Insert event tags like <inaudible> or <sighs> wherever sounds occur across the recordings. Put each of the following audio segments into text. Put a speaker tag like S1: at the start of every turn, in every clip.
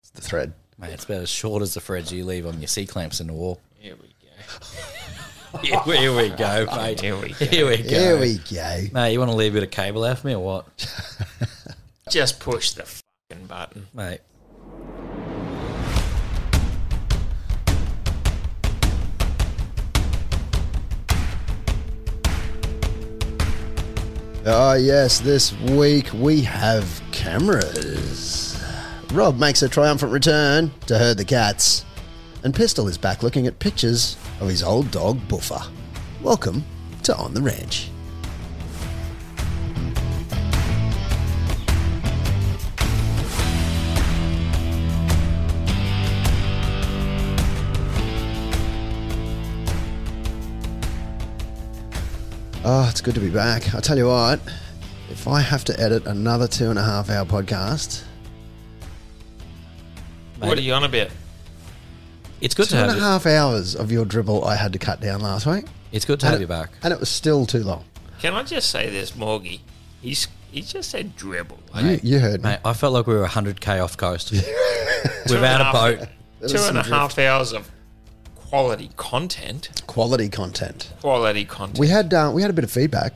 S1: It's the thread.
S2: Mate, it's about as short as the threads you leave on your C clamps in
S1: <laughs>
S2: the wall.
S3: Here we go.
S2: <laughs> Here we go, mate.
S3: Here we go.
S2: Here we go.
S1: Here we go.
S2: Mate, you want to leave a bit of cable out for me or what?
S3: Just push the fucking button.
S2: Mate.
S1: Ah, yes, this week we have cameras. Rob makes a triumphant return to herd the cats, and Pistol is back looking at pictures of his old dog Buffer. Welcome to On the Ranch. Oh, it's good to be back. I tell you what, if I have to edit another two and a half hour podcast,
S2: Mate,
S3: What are you on about?
S2: It's good
S1: two
S2: to
S1: and
S2: have
S1: a
S2: you.
S1: half hours of your dribble I had to cut down last week,
S2: It's good to have you back.
S1: and it was still too long.
S3: Can I just say this, Morgy? He's he just said dribble. Like,
S1: You, you heard me.
S2: Mate, I felt like we were 100k
S1: <laughs>
S2: off coast. Without a
S3: half-
S2: boat.
S1: There
S3: two
S1: was
S3: and a
S1: some
S3: half hours of quality content.
S1: Quality content.
S3: Quality content.
S1: We had uh, we had a bit of feedback.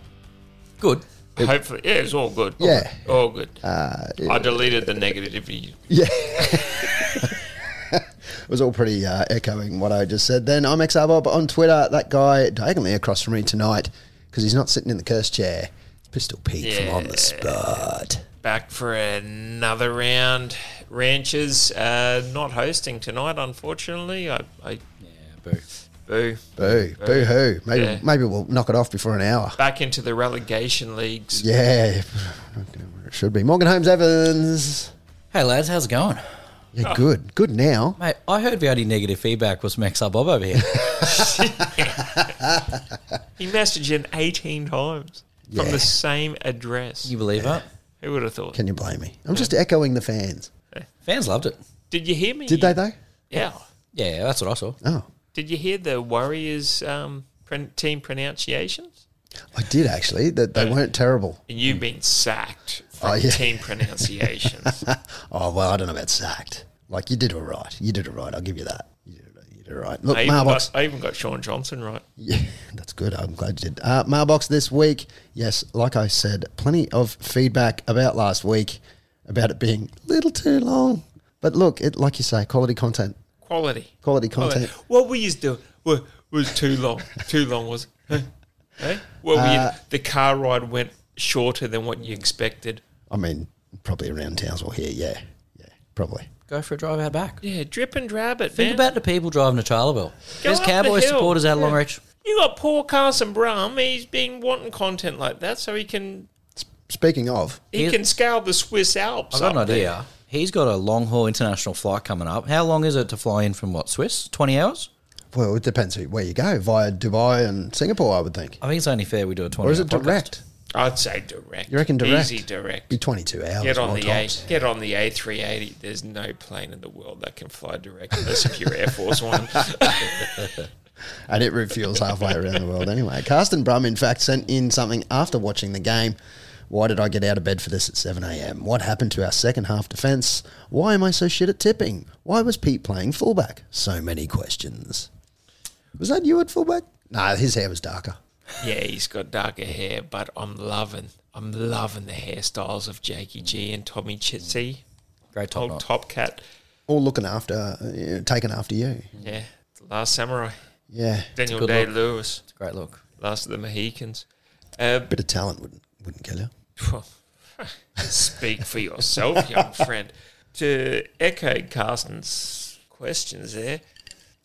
S2: Good.
S3: Hopefully, yeah, it was all good. All
S1: Yeah.
S3: good. all good. I deleted the negativity.
S1: Uh, Yeah. <laughs> it was all pretty uh, echoing what I just said. Then I'm XRBob on Twitter. That guy diagonally across from me tonight because he's not sitting in the curse chair. It's Pistol Pete from on the spot.
S3: Back for another round. Ranchers uh, not hosting tonight, unfortunately. I, I
S2: Yeah, boo.
S3: boo.
S1: Boo, boo hoo. Maybe
S3: Yeah.
S1: maybe we'll knock it off before an hour.
S3: Back into the relegation leagues.
S1: Yeah, it should be. Morgan Holmes Evans.
S2: Hey, lads, how's it going?
S3: Oh.
S1: Yeah, good, good now.
S2: Mate, I heard the only negative feedback was Max Bob
S1: <laughs>
S2: over here.
S3: He messaged in 18 times
S1: Yeah.
S3: from the same address.
S2: you believe that?
S3: Who would have thought?
S1: Can you blame me? I'm just echoing the fans.
S2: Fans loved it.
S3: Did you hear me?
S1: Did they though?
S3: Yeah.
S2: Yeah, that's what I saw.
S1: Oh,
S3: Did you hear the Warriors um, pron- team pronunciations?
S1: I did actually. That they weren't terrible.
S3: And you've been sacked from
S1: Hmm. Oh, yeah. <laughs>
S3: team pronunciations.
S1: Oh well, I don't know about sacked. Like you did all right. You did all right. I'll give you that. You did, you did all right. Look,
S3: I, even
S1: Marbox.
S3: got, I even got Sean Johnson right.
S1: <laughs> Yeah, that's good. I'm glad you did. Uh, Mailbox this week. Yes, like I said, plenty of feedback about last week about it being a little too long. But look, it like you say, quality content.
S3: Quality.
S1: Quality
S3: Quality.
S1: content.
S3: What were you doing? What was too long? too long was. Huh? Hey? Well, were you-
S1: Uh,
S3: the car ride went shorter than what you expected.
S1: I mean, probably around Townsville here. Yeah, yeah, probably.
S2: Go for a drive out back.
S3: Yeah, drip and drab it,
S2: Think
S3: man.
S2: about the people driving to Charleville. There's
S3: up the
S2: Cowboy
S3: hill.
S2: supporters out of
S3: Yeah.
S2: Longreach.
S3: you got poor Carson Brum. He's been wanting content like that, so he can
S1: S- speaking of,
S3: he
S2: He's-
S3: can scale the Swiss Alps.
S2: I've got an
S3: up there.
S2: idea. He's got a long haul international flight coming up. How long is it to fly in from what, Swiss? 20 hours?
S1: well, it depends who, where you go. Via Dubai and Singapore, I would think.
S2: I think it's only fair we do a 20
S1: Or is
S2: hour
S1: it
S2: podcast.
S1: direct?
S3: I'd say direct.
S1: You reckon direct?
S3: Oh, Easy direct.
S1: Be 22 hours.
S3: Get on
S1: more
S3: the A.
S1: times.
S3: Get on the A380. There's no plane in the world that can fly direct unless if you're Air Force
S2: <laughs>
S3: One.
S1: and it refuels halfway around the world anyway. Carsten Brum, in fact, sent in something after watching the game. Why did I get out of bed for this at 7 a.m.? What happened to our second half defence? Why am I so shit at tipping? Why was Pete playing fullback? So many questions. Was that you at fullback? No, his hair was darker.
S3: yeah, he's got darker hair, but I'm loving, I'm loving the hairstyles of Jakey G and Tommy Chitsey,
S2: Great top
S3: old
S2: knot.
S3: Top Cat.
S1: All looking after, uh, taken after you.
S3: Yeah, The Last Samurai,
S1: Yeah,
S3: Daniel
S2: good
S3: Day
S2: look.
S3: Lewis,
S2: Great look.
S3: Last of the Mohicans. Uh,
S1: bit of talent wouldn't wouldn't kill you.
S3: <laughs> Speak for yourself, young friend. To echo Carsten's questions there,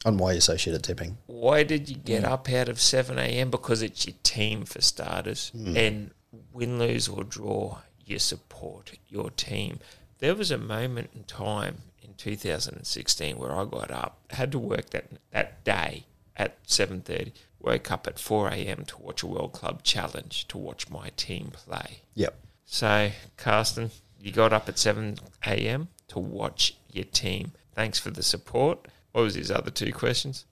S1: On why you're so shit at tipping.
S3: why did you get up out of 7 a.m.? Because it's your team for starters. And win, lose, or draw, you support your team. There was a moment in time in 2016 where I got up, had to work that, that day at 7.30, woke up at 4 a.m. to watch a World Club Challenge, to watch my team play.
S1: Yep.
S3: So, Carsten, you got up at 7 a.m. to watch your team. Thanks for the support. What was his other
S1: <laughs>
S3: two questions?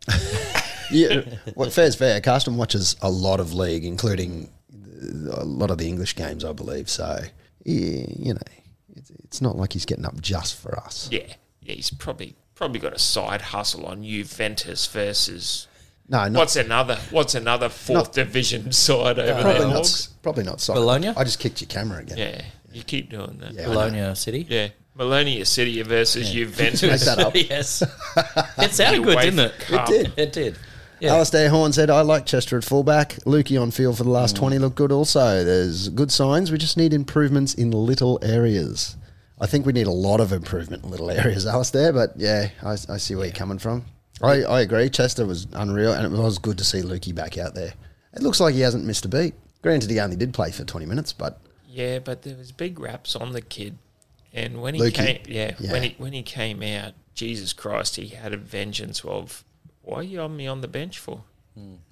S1: yeah, well, fair's fair. Carsten watches a lot of league, including a lot of the English games, I believe. So, yeah, you know, it's, it's not like he's getting up just for us.
S3: Yeah, yeah, he's probably probably got a side hustle on Juventus versus
S1: No, not,
S3: what's another what's another fourth division <laughs> side over
S1: probably
S3: there.
S1: not.
S3: Hawks?
S1: Probably not. Soccer.
S2: Bologna?
S1: I just kicked your camera again.
S3: Yeah, you keep doing that.
S1: Yeah.
S3: Yeah, <laughs>
S2: Bologna City.
S3: Melania City versus
S1: Make
S3: Juventus.
S1: that up.
S2: <laughs> yes. it sounded good, didn't it?
S1: It did.
S2: It did. Yeah.
S1: Alistair Horn said, I like Chester at fullback. Lukey on field for the
S3: Mm.
S1: last 20 looked good also. There's good signs. We just need improvements in little areas. I think we need a lot of improvement in little areas, Alistair, but yeah, I, I see where you're coming from. I, I agree. Chester was unreal, and it was good to see Lukey back out there. It looks like he hasn't missed a beat. Granted, he only did play for 20 minutes, but
S3: Yeah, but there was big raps on the kid, and when he
S1: Lukey.
S3: came, yeah,
S1: Yeah.
S3: when he when he came out, Jesus Christ, he had a vengeance of why are you on me on the bench for?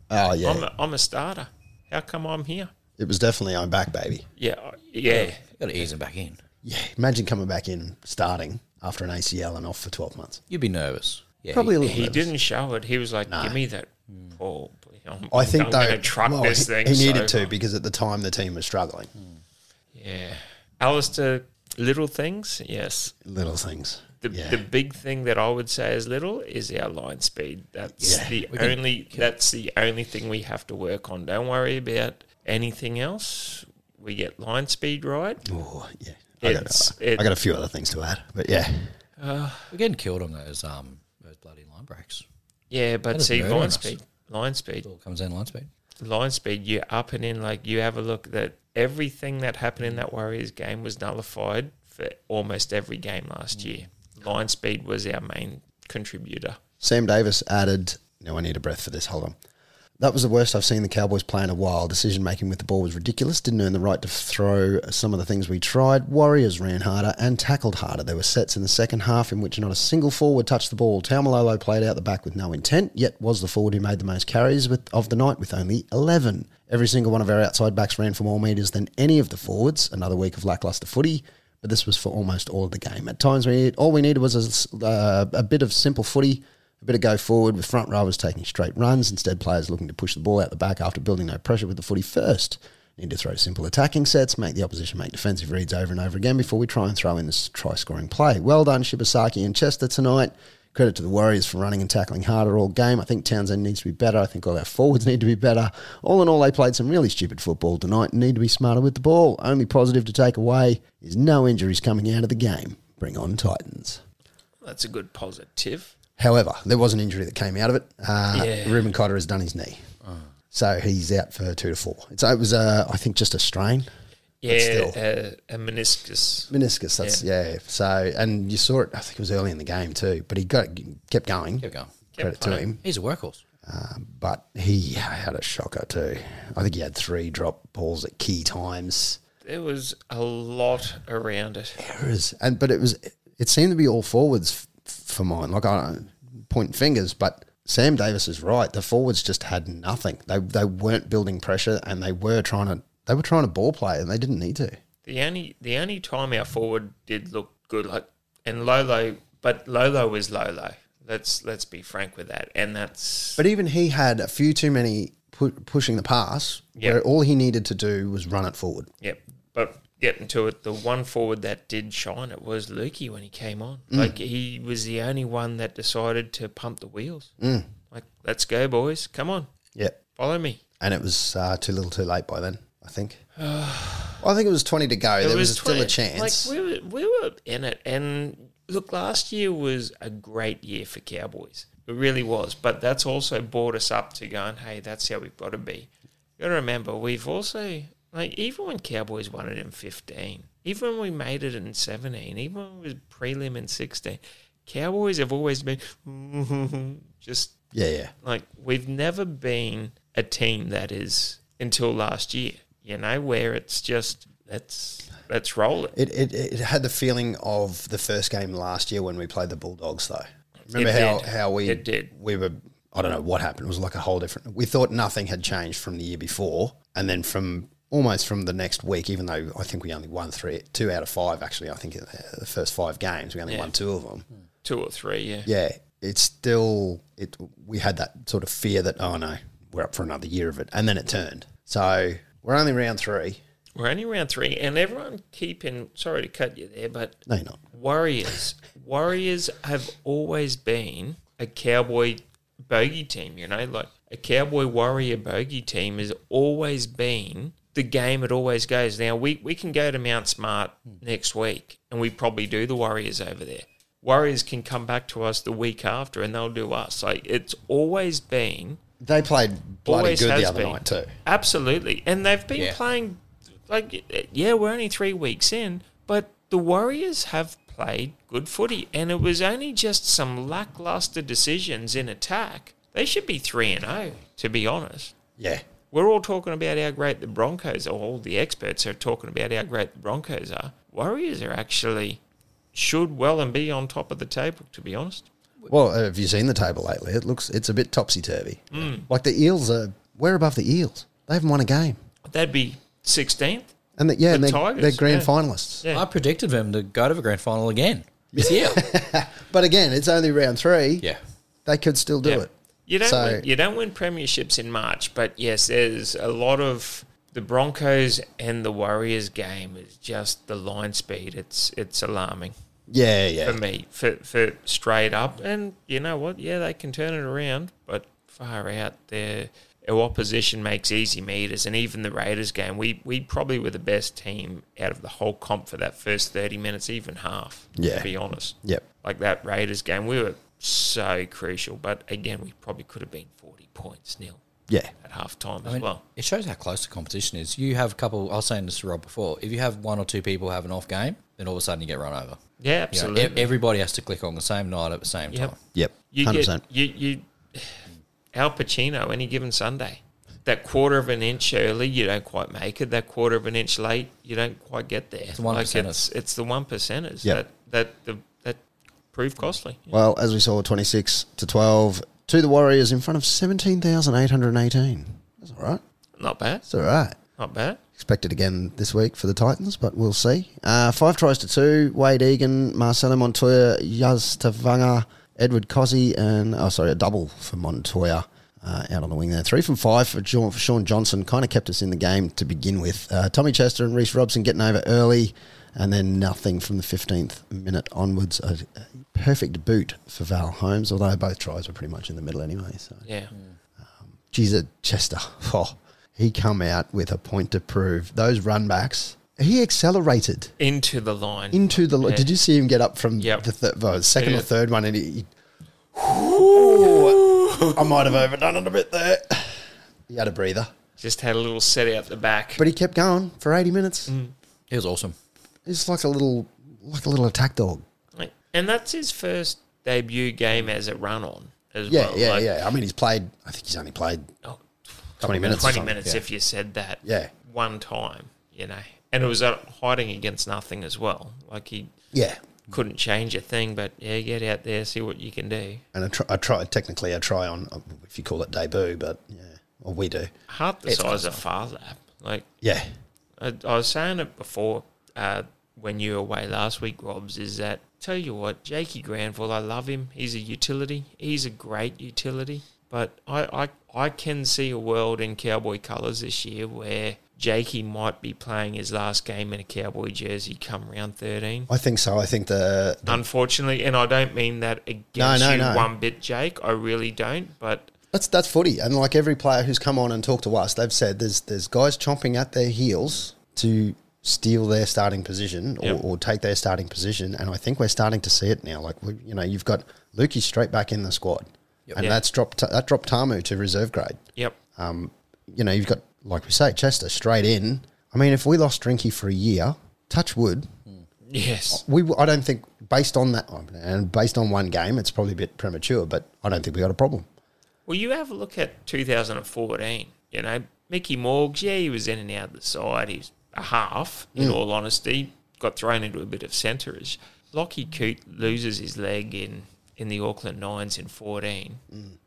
S1: oh, yeah.
S3: I'm a, I'm a starter. How come I'm here?
S1: it was definitely I'm back, baby.
S3: Yeah, I- yeah,
S2: Got to ease him back in.
S1: Yeah. Imagine coming back in starting after an ACL and off for 12 months.
S2: You'd be nervous. Yeah,
S1: Probably a little
S3: he
S1: nervous.
S3: didn't show it. He was like, "Give me that ball." I'm,
S1: I think
S3: I'm
S1: though
S3: gonna truck
S1: well,
S3: this
S1: he,
S3: thing.
S1: he needed
S3: so-
S1: to because at the time the team was struggling.
S3: Yeah, Alistair, little things. Yes,
S1: Little things.
S3: the,
S1: yeah.
S3: the big thing that I would say is little is our line speed. That's
S1: Yeah.
S3: the only that's the only thing we have to work on. Don't worry about anything else. We get line speed right.
S1: Ooh, Oh, yeah. I got,
S3: It's-
S1: I got a few other things to add, but yeah,
S2: We're getting killed on those um those bloody line breaks.
S3: Yeah,
S2: That
S3: but
S2: is
S3: see line
S2: murderous.
S3: speed, line speed,
S2: Ball comes in line speed.
S3: line speed. You up and in like you have a look that everything that happened in that Warriors game was nullified for almost every game last year. Line speed was our main contributor.
S1: Sam Davis added. No, I need a breath for this. Hold on. That was the worst I've seen the Cowboys play in a while. Decision making with the ball was ridiculous. Didn't earn the right to throw some of the things we tried. Warriors ran harder and tackled harder. There were sets in the second half in which not a single forward touched the ball. Taumalolo played out the back with no intent, yet was the forward who made the most carries with, of the night with only 11. Every single one of our outside backs ran for more metres than any of the forwards. Another week of lacklustre footy but this was for almost all of the game. At times, we all we needed was a, s- uh, a bit of simple footy, a bit of go forward with front rowers taking straight runs. Instead, players looking to push the ball out the back after building no pressure with the footy first. Need to throw simple attacking sets, make the opposition make defensive reads over and over again before we try and throw in this try scoring play. Well done, Shibasaki and Chester tonight. Credit to the Warriors for running and tackling harder all game. I think Townsend needs to be better. I think all our forwards need to be better. All in all, they played some really stupid football tonight and need to be smarter with the ball. Only positive to take away is no injuries coming out of the game. Bring on Titans.
S3: That's a good positive.
S1: However, there was an injury that came out of it. Uh,
S3: Yeah.
S1: Ruben Cotter has done his knee. So he's out for two to four. So it was, uh, I think, just a strain.
S3: Yeah,
S1: still.
S3: uh, a meniscus.
S1: Meniscus, that's, yeah. So, and you saw it, I think it was early in the game too, but he got kept going.
S2: Kept going.
S1: Credit to him.
S2: He's a workhorse.
S1: but he had a shocker too. I think he had three drop balls at key times.
S3: There was a lot around it.
S1: Errors, and but it was it seemed to be all forwards f- for mine. Like I don't point fingers, but Sam Davis is right. The forwards just had nothing. They they weren't building pressure, and they were trying to they were trying to ball play, and they didn't need to.
S3: The only the only time our forward did look good, like and Lolo, but Lolo is Lolo. Let's let's be frank with that, and that's
S1: But even he had a few too many pu- pushing the pass,
S3: Yeah.
S1: where all he needed to do was run it forward.
S3: yep. But getting to it, the one forward that did shine it was Lukey when he came on. Like he was the only one that decided to pump the wheels. Like let's go, boys! Come on,
S1: Yep.
S3: follow me.
S1: and it was uh, too little too late by then, I think. I think it was 20 to go. there was, still a
S3: 20
S1: chance.
S3: Like we were, we were in it, and look, last year was a great year for Cowboys. It really was, but that's also brought us up to going, hey, that's how we've got to be. You got to remember, we've also like even when Cowboys won it in fifteen, even when we made it in seventeen, even when it was prelim in sixteen, Cowboys have always been <laughs> just
S1: yeah, yeah.
S3: like we've never been a team that is until last year, you know, where it's just let's let's roll it.
S1: It, it, it had the feeling of the first game last year when we played the Bulldogs, though. Remember
S3: It
S1: how,
S3: did.
S1: how we
S3: It did.
S1: we were I don't know what happened. It was like a whole different. We thought nothing had changed from the year before, and then from almost from the next week, even though I think we only won three, two out of five. Actually, I think uh, the first five games we only won two of them.
S3: Two or three, yeah.
S1: yeah, it's still it. We had that sort of fear that oh no, we're up for another year of it, and then it turned. So we're only round three.
S3: We're only round three, and everyone keeping. Sorry to cut you there, but
S1: No, you're not.
S3: Warriors. Warriors have always been a cowboy bogey team, you know, like a cowboy warrior bogey team has always been the game it always goes. Now we, we can go to Mount Smart next week and we probably do the Warriors over there. Warriors can come back to us the week after and they'll do us. Like it's always been
S1: They played bloody
S3: Always
S1: good the
S3: has
S1: other
S3: been.
S1: night too.
S3: Absolutely. And they've been
S2: Yeah.
S3: playing, like, yeah, we're only three weeks in, but the Warriors have played good footy. And it was only just some lackluster decisions in attack. They should be 3 and 0, to be honest.
S1: Yeah.
S3: We're all talking about how great the Broncos are. All the experts are talking about how great the Broncos are. Warriors are actually, should well and be on top of the table, to be honest.
S1: Well, uh, have you seen the table lately? It looks it's a bit topsy turvy.
S3: Mm.
S1: Like the eels are we're above the eels. They haven't won a game,
S3: That'd be 16th.
S1: and the, yeah, and
S3: The
S1: they're,
S3: Tigers,
S1: they're grand
S3: yeah.
S1: finalists.
S3: Yeah.
S2: I predicted them to go to the grand final again this year.
S1: <laughs> But again, it's only round three.
S2: yeah.
S1: they could still do it.
S3: You don't
S1: So-
S3: win, you don't win premierships in March, but yes, there's a lot of the Broncos and the Warriors game is just the line speed. It's it's alarming
S1: Yeah, yeah.
S3: for me for for straight up. And you know what? Yeah, they can turn it around, but far out there. Our opposition makes easy meters, and even the Raiders game, we, we probably were the best team out of the whole comp for that first 30 minutes, even half,
S1: Yeah.
S3: to be honest
S1: Yep.
S3: like that Raiders game. We were so crucial, but again, we probably could have been 40 points nil
S1: Yeah.
S3: at half time as
S2: I mean,
S3: well.
S2: it shows how close the competition is. You have a couple, I was saying this to Rob before, if you have one or two people have an off game, then all of a sudden you get run over.
S3: Yeah,
S2: You know,
S3: absolutely.
S2: ev- everybody has to click on the same night at the same
S3: Yep.
S2: time.
S1: Yep.
S3: you
S1: Hundred
S3: get
S1: percent.
S3: you you Al Pacino any given Sunday. That quarter of an inch early, you don't quite make it. That quarter of an inch late, you don't quite get there. It's
S2: the one percenters.
S3: it's, it's the one percenters
S1: Yep.
S3: that that the, that prove costly.
S1: Well, as we saw, twenty six to twelve to the Warriors in front of seventeen thousand eight hundred eighteen. That's all right.
S3: Not bad.
S1: That's all right.
S3: Not bad.
S1: Expected again this week for the Titans, but we'll see. Uh, five tries to two. Wade Egan, Marcelo Montoya, Yaz Tavanga, Edward Cozzy, and oh, sorry, a double for Montoya uh, out on the wing there. Three from five for, Sean, for Sean Johnson. Kind of kept us in the game to begin with. Uh, Tommy Chester and Reese Robson getting over early, and then nothing from the 15th minute onwards. A, a perfect boot for Val Holmes, although both tries were pretty much in the middle anyway. So.
S3: Yeah.
S2: Hmm.
S1: Geez, uh, Chester, <laughs> oh, he come out with a point to prove. Those run backs, he accelerated
S3: Into the line.
S1: into the. Did you see him get up from
S3: Yep.
S1: the thir- well, second or
S3: Yeah.
S1: third one? And he, he- I might have overdone it a bit there. He had a breather,
S3: Just had a little set out the back.
S1: but he kept going for eighty minutes.
S3: Mm.
S2: It was awesome.
S1: He's like a little, like a little attack dog.
S3: And that's his first debut game as a run on as
S1: Yeah,
S3: well.
S1: yeah,
S3: Like,
S1: yeah. I mean, he's played. I think he's only played
S3: oh,
S1: twenty minutes. or
S3: 20
S1: something.
S3: minutes if you said that
S1: Yeah.
S3: one time, you know. And it was uh, hiding against nothing as well. Like he
S1: Yeah,
S3: couldn't change a thing, but yeah, get out there, see what you can do.
S1: and a try, a try technically a try on if you call it debut, but yeah, well we do.
S3: Half the size of far lap. Like
S1: Yeah,
S3: I, I was saying it before uh, when you were away last week, Robs, is that tell you what, Jakey Granville, I love him. He's a utility. He's a great utility. But I, I, I can see a world in cowboy colours this year where Jakey might be playing his last game in a cowboy jersey come round 13.
S1: I think so. I think the
S3: Unfortunately, and I don't mean that against
S1: no,
S3: you
S1: no.
S3: one bit, Jake. I really don't. But
S1: that's that's footy, and like every player who's come on and talked to us, they've said there's there's guys chomping at their heels to steal their starting position or,
S3: Yep.
S1: or take their starting position, and I think we're starting to see it now. Like we, you know, you've got Lukey straight back in the squad, and
S3: Yeah.
S1: that's dropped that dropped Tamu to reserve grade.
S3: yep,
S1: Um, you know, you've got like we say Chester straight in. I mean, if we lost Drinky for a year, touch wood,
S3: yes,
S1: we I don't think based on that and based on one game, it's probably a bit premature, but I don't think we got a problem.
S3: Well, you have a look at 2014. You know, Mickey Morgs, yeah, he was in and out of the side. He was a half, in all honesty. Got thrown into a bit of centerish. Lockie Coote loses his leg in, in the Auckland Nines in 14.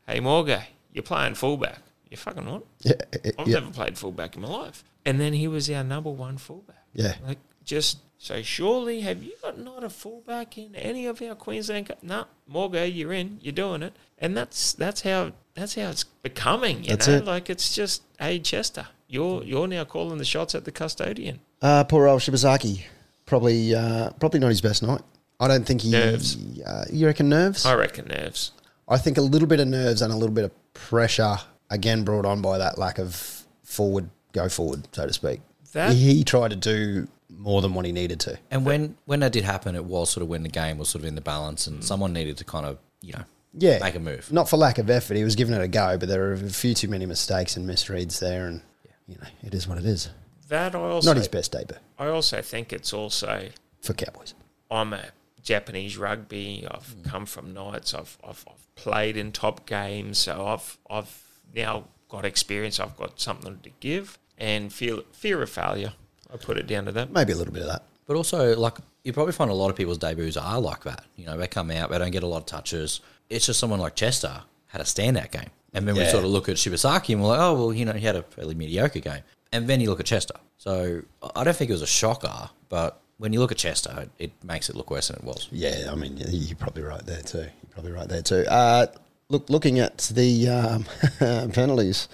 S3: Hey, Morgo, you're playing fullback. You fucking what?
S1: Yeah,
S3: I've
S1: yeah,
S3: never played fullback in my life. And then he was our number one fullback.
S1: yeah.
S3: Like, just so surely, have you got not a fullback in any of our Queensland? No, nah, Morgo, you're in. You're doing it, and that's that's how that's how it's becoming. You
S1: That's
S3: know,
S1: it.
S3: like it's just hey Chester, you're you're now calling the shots at the custodian.
S1: Uh, poor old Shibazaki. Probably, uh, probably not his best night. I don't think he.
S3: Nerves.
S1: Uh, you reckon nerves?
S3: I reckon nerves.
S1: I think a little bit of nerves and a little bit of pressure, again, brought on by that lack of forward, go forward, so to speak.
S3: That-
S1: he tried to do more than what he needed to.
S2: And when when that did happen, it was sort of when the game was sort of in the balance, and someone needed to kind of you know
S1: Yeah.
S2: make a move.
S1: Not for lack of effort. He was giving it a go, but there were a few too many mistakes and misreads there. And, you know, it is what it is.
S3: That I also
S1: Not his best day, but
S3: I also think it's also
S1: for Cowboys.
S3: I'm a Japanese rugby. I've
S1: Mm.
S3: come from nights. I've, I've I've played in top games, so I've I've now got experience. I've got something to give, and feel fear of failure. I put it down to that.
S1: Maybe a little bit of that.
S2: But also, like you probably find a lot of people's debuts are like that. You know, they come out, they don't get a lot of touches. It's just someone like Chester had a standout game, and then we
S1: Yeah.
S2: sort of look at Shibasaki and we're like, oh well, you know, he had a fairly mediocre game, and then you look at Chester. So I- I don't think it was a shocker, but when you look at Chester, it, it makes it look worse than it was.
S1: Yeah, I mean, y- you're probably right there too. You're probably right there too. Uh, look, looking at the um, <laughs> penalties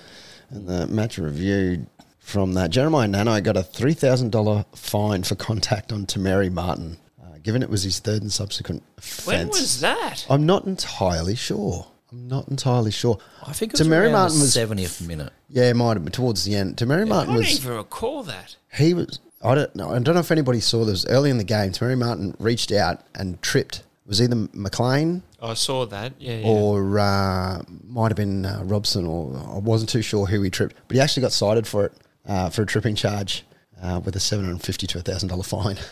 S1: and the match review from that, Jeremiah Nano got a three thousand dollar fine for contact on Tamari Martin, uh, given it was his third and subsequent offence.
S3: When was that?
S1: I'm not entirely sure. I'm not entirely sure.
S2: I think it was
S1: Tamari
S2: around
S1: Martin
S2: the
S1: was
S2: seventieth minute.
S1: yeah, it might have been towards the end. Tamari
S3: I
S1: Martin
S3: don't
S1: was
S3: even recall that.
S1: he was I don't know I don't know if anybody saw this early in the game. Tamari Martin reached out and tripped. It was either McLean
S3: I saw that. Yeah, yeah.
S1: or uh, might have been uh, Robson, or I wasn't too sure who he tripped, but he actually got cited for it uh, for a tripping charge uh, with a seven hundred fifty to thousand dollar fine. <laughs>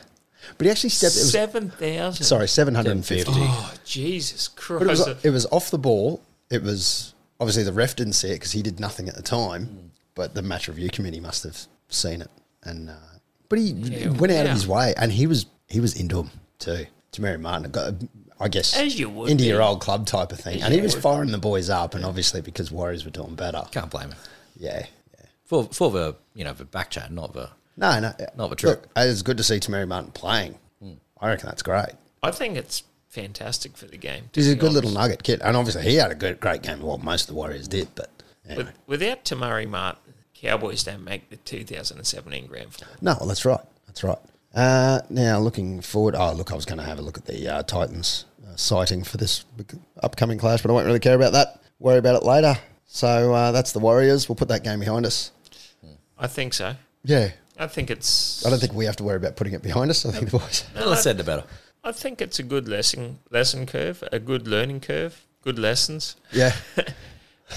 S1: But he actually stepped. It was,
S3: Seven thousand.
S1: sorry, seven hundred and fifty.
S3: Oh Jesus Christ!
S1: But it was it was off the ball. It was obviously the ref didn't see it because he did nothing at the time,
S3: Mm.
S1: but the match review committee must have seen it. And uh, but he went out of
S3: Yeah.
S1: his way, and he was he was into him too. To Mary Martin, it got, I guess,
S3: As you would
S1: into
S3: be.
S1: your old club type of thing, and he was firing the boys up, and obviously because Warriors were doing better.
S2: Can't blame him
S1: Yeah, yeah.
S2: for for the you know the back chat, not the
S1: No, no,
S2: Not the
S1: Look, it's good to see Tamari Martin playing.
S3: Mm.
S1: I reckon that's great.
S3: I think it's fantastic for the game. to
S1: He's a
S3: be
S1: good
S3: honest.
S1: little nugget kid, and obviously he had a good, great game. What most of the Warriors did, but anyway.
S3: With, without Tamari Martin, Cowboys don't make the 2017 grand final.
S1: No, well, that's right. That's right. Uh, now, looking forward. Oh, look, I was going to have a look at the uh, Titans uh, sighting for this big- upcoming clash, but I won't really care about that. Worry about it later. So uh, that's the Warriors. We'll put that game behind us.
S3: I think so.
S1: Yeah.
S3: I think it's.
S1: I don't think we have to worry about putting it behind us. I think the boys.
S2: the less said the better.
S3: I think it's a good lesson lesson curve, a good learning curve, good lessons.
S1: <laughs> Yeah.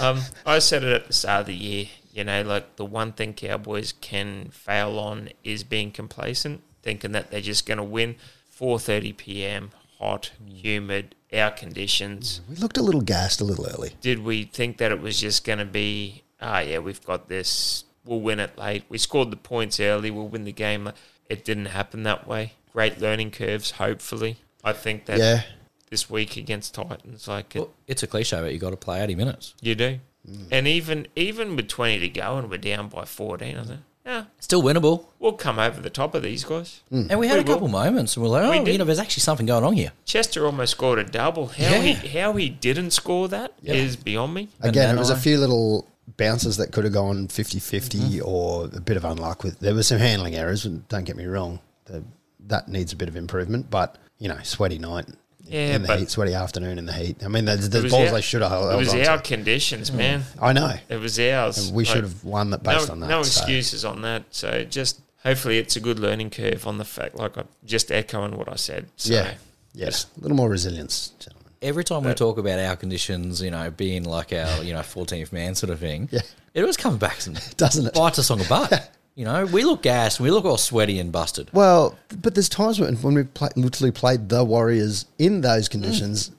S3: Um, <laughs> I said it at the start of the year. You know, like the one thing Cowboys can fail on is being complacent, thinking that they're just going to win. 4:30 p.m. hot, humid, air conditions.
S1: We looked a little gassed a little early.
S3: did we think that it was just going to be, ah, yeah, we've got this. We'll win it late. We scored the points early. We'll win the game. It didn't happen that way. Great learning curves, hopefully. I think that
S1: Yeah.
S3: this week against Titans, like it,
S2: Well, it's a cliche, but you got to play eighty minutes.
S3: you do.
S1: mm.
S3: And even even with 20 to go and we're down by 14, I was like, yeah,
S2: Still winnable.
S3: we'll come over the top of these guys.
S1: Mm.
S2: And we had
S3: We
S2: a couple moments, and we're like,
S3: We
S2: oh, you
S3: did.
S2: know, there's actually something going on here.
S3: Chester almost scored a double. How he how he didn't score that is beyond me.
S1: Again,
S2: then
S1: it was a
S2: I-
S1: few little bounces that could have gone 50-50 or a bit of unluck. With there were some handling errors. and Don't get me wrong. The, that needs a bit of improvement, but you know, sweaty night.
S3: Yeah,
S1: in the
S3: but-
S1: heat, sweaty afternoon in the heat. I mean, there's,
S3: It
S1: there's
S3: was
S1: balls
S3: our-
S1: they should have held
S3: It was
S1: on to.
S3: our conditions, man.
S1: I know.
S3: It was ours.
S1: We
S3: Like-
S1: should have won that based
S3: no,
S1: on that.
S3: No
S1: so-
S3: excuses on that. So just hopefully it's a good learning curve on the fact, like I'm just echoing what I said. So
S1: Yeah. Yes. A little more resilience, gentlemen.
S2: Every time we talk about our conditions, you know, being like our, you know, 14th man sort of thing,
S1: Yeah.
S2: it always comes back and
S1: <laughs> Doesn't it?
S2: bites us on the butt. you know, we look gassed, we look all sweaty and busted.
S1: Well, but there's times when, when we play, literally played the Warriors in those conditions.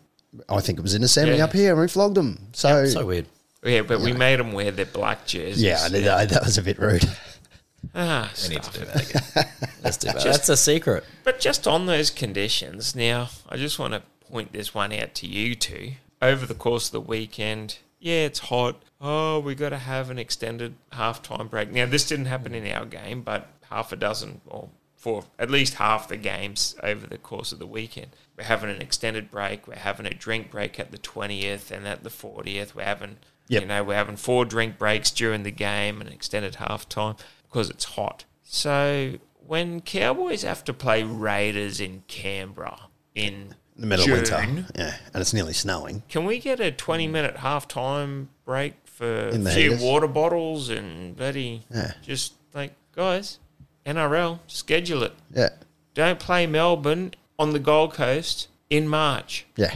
S1: I think it was in assembly
S3: Yeah.
S1: up here and we flogged them.
S2: So weird.
S3: Yeah, but we made them wear their black jerseys.
S1: Yeah, I did- I- that was a bit rude. <laughs>
S3: Ah,
S2: We need to
S3: stuff.
S2: do that again. Let's do that. That's
S1: <laughs>
S2: a secret.
S3: But just on those conditions, now I just want to point this one out to you two. Over the course of the weekend, yeah, it's hot. Oh, we got to have an extended halftime break. Now this didn't happen in our game, but half a dozen or for at least half the games over the course of the weekend, we're having an extended break. We're having a drink break at the twentieth and at the fortieth. We're having
S1: Yep.
S3: You know, we're having four drink breaks during the game and extended half time because it's hot. So when Cowboys have to play Raiders in Canberra in
S1: in the middle
S3: June,
S1: of winter. Yeah, and it's nearly snowing.
S3: can we get a 20 minute half time break for
S1: In
S3: a
S1: the
S3: few
S1: heaters?
S3: water bottles and bloody
S1: Yeah.
S3: just like guys NRL schedule it
S1: Yeah,
S3: don't play Melbourne on the Gold Coast in March <laughs>
S1: yeah,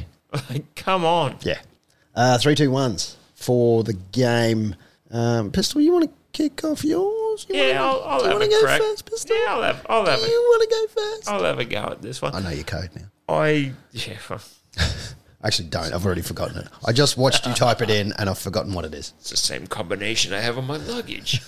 S3: like come on
S1: yeah. Uh, three, two, ones for the game. Um, Pistol, you want to kick off yours? You
S3: yeah I'll,
S1: wanna,
S3: I'll
S1: do you
S3: have
S1: wanna
S3: a
S1: go
S3: crack
S1: first, Pistol?
S3: yeah Oh. I'll have I'll have
S1: Do
S3: a,
S1: you want to go first?
S3: I'll have a go at this
S1: I
S3: one
S1: know your code now.
S3: I yeah well,
S1: Actually, don't. I've already forgotten it. I just watched you type it in, and I've forgotten what it is.
S3: it's the same combination I have on my luggage